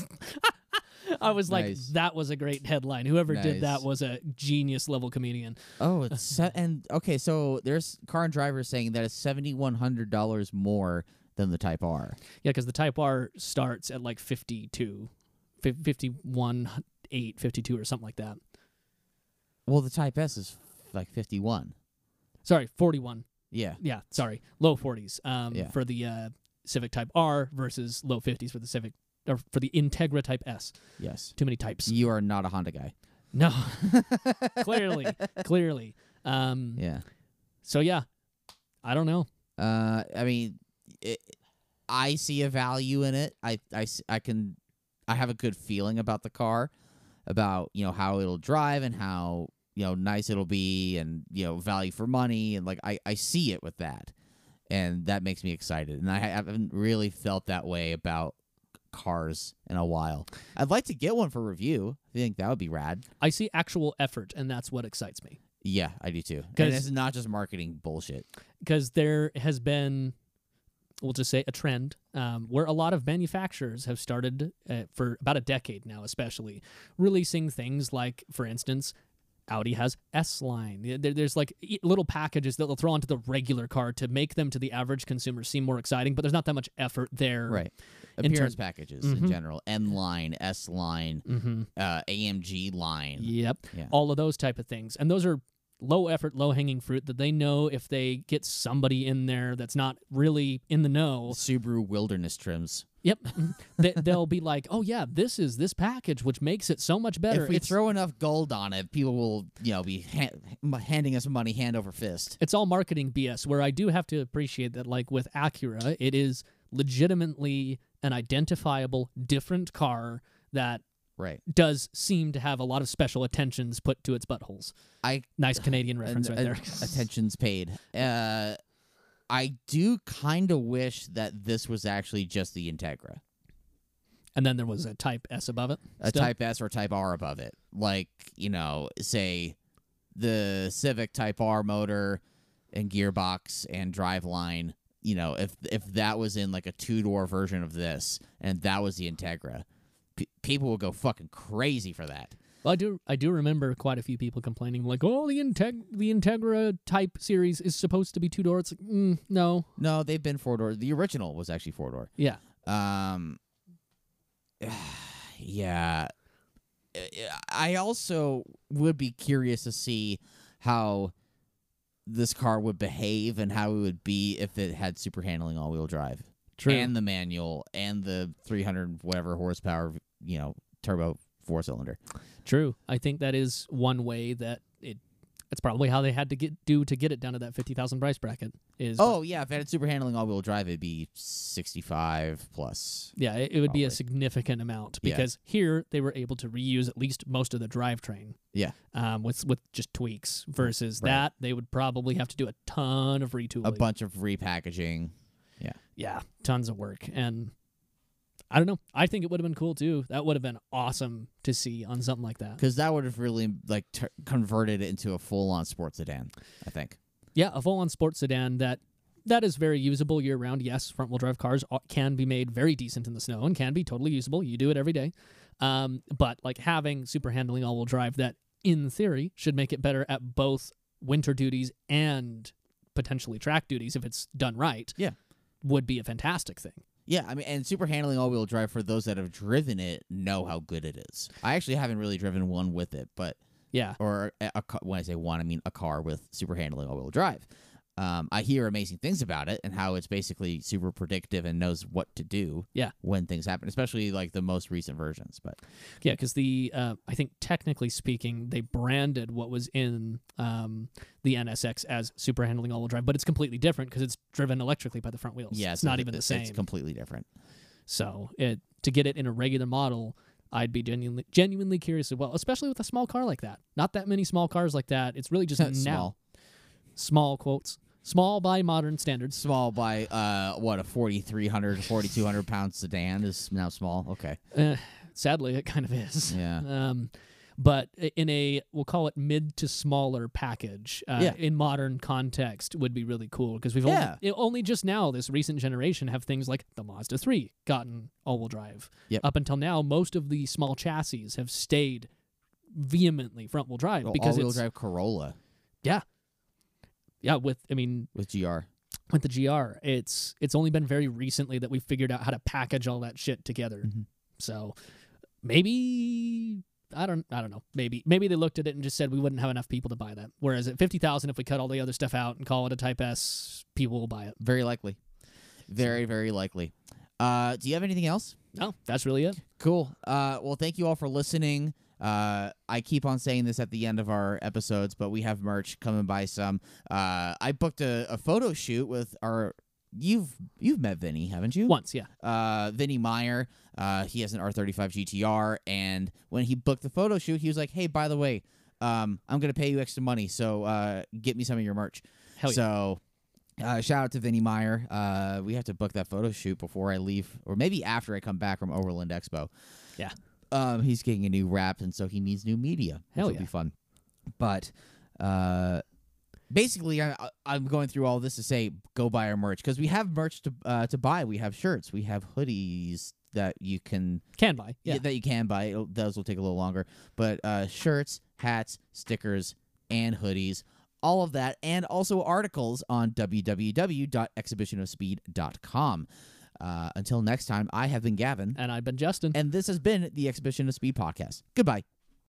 B: I was like,
A: Nice.
B: that was a great headline. Whoever did that
A: Nice.
B: was a genius level comedian.
A: Oh, it's se- and okay. So there's car and driver saying that it's $7,100 more than the Type R.
B: Yeah, because the Type R starts at like 52, fif- 51, 8, 52 or something like that.
A: Well, the Type S is like 51.
B: Sorry, 41.
A: Yeah.
B: Yeah, sorry. Low 40s um,
A: Yeah.
B: for the uh, Civic Type R versus low 50s for the Civic or for the Integra Type S.
A: Yes.
B: Too many types.
A: You are not a Honda guy.
B: No. clearly, clearly. Um,
A: Yeah.
B: So yeah, I don't know.
A: Uh, I mean, it, I see a value in it. I, I, s- I can, I have a good feeling about the car, about you know how it'll drive and how you know nice it'll be and you know value for money and like I, I see it with that, and that makes me excited. And I haven't really felt that way about cars in a while. I'd like to get one for review. I think that would be rad.
B: I see actual effort, and that's what excites me.
A: Yeah, I do too. And
B: 'Cause-
A: it's not just marketing bullshit.
B: because there has been, we'll just say, a trend um, where a lot of manufacturers have started uh, for about a decade now, especially releasing things like, for instance, Audi has S line. There, there's like e- little packages that they'll throw onto the regular car to make them to the average consumer seem more exciting, but there's not that much effort there.
A: Right.
B: In term-
A: Appearance packages
B: Mhm.
A: in general, M line, S line,
B: Mm-hmm.
A: uh, AMG line.
B: Yep.
A: Yeah.
B: All of those type of things. And those are low effort, low hanging fruit that they know if they get somebody in there that's not really in the know,
A: Subaru Wilderness trims.
B: Yep. Mm-hmm. they, they'll be like, oh, yeah, this is this package, which makes it so much better.
A: If we
B: it's,
A: throw enough gold on it, people will, you know, be ha- m- handing us money hand over fist.
B: it's all marketing BS, where I do have to appreciate that, like with Acura, it is legitimately an identifiable, different car that
A: Right.
B: does seem to have a lot of special attentions put to its buttholes.
A: I
B: Nice Canadian
A: and-
B: reference right
A: and
B: there.
A: attention's paid. Uh, I do kind of wish that this was actually just the Integra,
B: and then there was a Type S above it.
A: a
B: still.
A: Type S or Type R above it. Like you know, say the Civic Type R motor and gearbox and driveline. You know, if if that was in like a two door version of this, and that was the Integra, pe people would go fucking crazy for that.
B: Well, I do I do remember quite a few people complaining like, "Oh, the Integ- the Integra Type series is supposed to be two door." It's like, mm, no,
A: No, they've been four door. The original was actually four door.
B: yeah,
A: Um, yeah. I also would be curious to see how this car would behave and how it would be if it had super handling all wheel drive
B: true.
A: and the manual and the 300 whatever horsepower, you know, turbo four cylinder.
B: True. I think that is one way that it. That's probably how they had to get do to get it down to that fifty thousand price bracket. Is
A: Oh, yeah. If it had super handling all wheel drive, it'd be 65 plus.
B: yeah, it, it would be a
A: Probably.
B: significant amount
A: Yeah.
B: because here they were able to reuse at least most of the drivetrain.
A: Yeah.
B: Um, with with just tweaks versus
A: Right.
B: that they would probably have to do a ton of retooling.
A: A bunch of repackaging.
B: yeah, tons of work and. I don't know. I think it would have been cool too. That would have been awesome to see on something like that.
A: Because that would have really like t- converted it into a full on sports sedan, I think.
B: Yeah, a full-on sports sedan that that is very usable year-round. Yes, front-wheel drive cars are- can be made very decent in the snow and can be totally usable. You do it every day, um, but like having super handling all-wheel drive that, in theory, should make it better at both winter duties and potentially track duties if it's done right.
A: Yeah.
B: would be a fantastic thing.
A: Yeah, I mean, and super handling all wheel drive for those that have driven it know how good it is. I actually haven't really driven one with it, but
B: Yeah,
A: or a, a, ca- when I say one, I mean a car with super handling all wheel drive. Um, I hear amazing things about it and how it's basically super predictive and knows what to do.
B: Yeah.
A: when things happen, especially like the most recent versions. But
B: yeah, because the uh, I think technically speaking, they branded what was in um, the NSX as super handling all-wheel drive, but it's completely different because it's driven electrically by the front wheels.
A: yeah,
B: it's
A: so
B: not
A: it-
B: even the
A: it's-
B: same.
A: It's completely different.
B: So it to get it in a regular model, I'd be genuinely genuinely curious as well, especially with a small car like that. Not that many small cars like that. It's really just now
A: small,
B: small quotes. Small by modern standards.
A: small by uh, what a 4,300, 4,200 pound sedan is now small. Okay,
B: Uh, sadly, it kind of is.
A: yeah,
B: Um, but i- in a we'll call it mid to smaller package uh,
A: Yeah.
B: in modern context would be really cool because we've
A: Yeah.
B: only, i- only just now this recent generation have things like the Mazda 3 gotten all-wheel drive.
A: Yep.
B: Up until now, most of the small chassis have stayed vehemently front-wheel drive because
A: all wheel
B: it's
A: drive Corolla
B: yeah with I mean
A: with GR.
B: with the GR it's it's only been very recently that we've figured out how to package all that shit together.
A: Mhm.
B: So maybe I don't I don't know. Maybe maybe they looked at it and just said we wouldn't have enough people to buy that. Whereas at 50,000 if we cut all the other stuff out and call it a type S, people will buy it.
A: Very likely. Very, very likely. Uh, do you have anything else?
B: No, that's really it.
A: Cool. Uh, well, thank you all for listening. Uh, I keep on saying this at the end of our episodes, but we have merch. Come and buy some. Uh, I booked a, a photo shoot with our. You've you've met Vinny, haven't you?
B: Once, yeah.
A: uh, Vinny Meyer. Uh, he has an R35 GTR, and when he booked the photo shoot, he was like, "Hey, by the way, um, I'm gonna pay you extra money, so uh, get me some of your merch."
B: Hell yeah.
A: so, uh, shout out to Vinny Meyer. Uh, we have to book that photo shoot before I leave, or maybe after I come back from Overland Expo.
B: Yeah.
A: um, he's getting a new wrap, and so he needs new media.
B: Hell
A: which will
B: yeah.
A: be fun. But, uh, basically I, I- i'm going through all this to say go buy our merch because we have merch to, uh, to buy we have shirts we have hoodies that you can
B: Can buy. Yeah.
A: that you can buy It'll, those will take a little longer but uh, shirts hats, stickers, and hoodies. All of that, and also articles on www.exhibitionofspeed.com. Uh, until next time, I have been Gavin,
B: And I've been Justin.
A: and this has been the Exhibition of Speed podcast. Goodbye.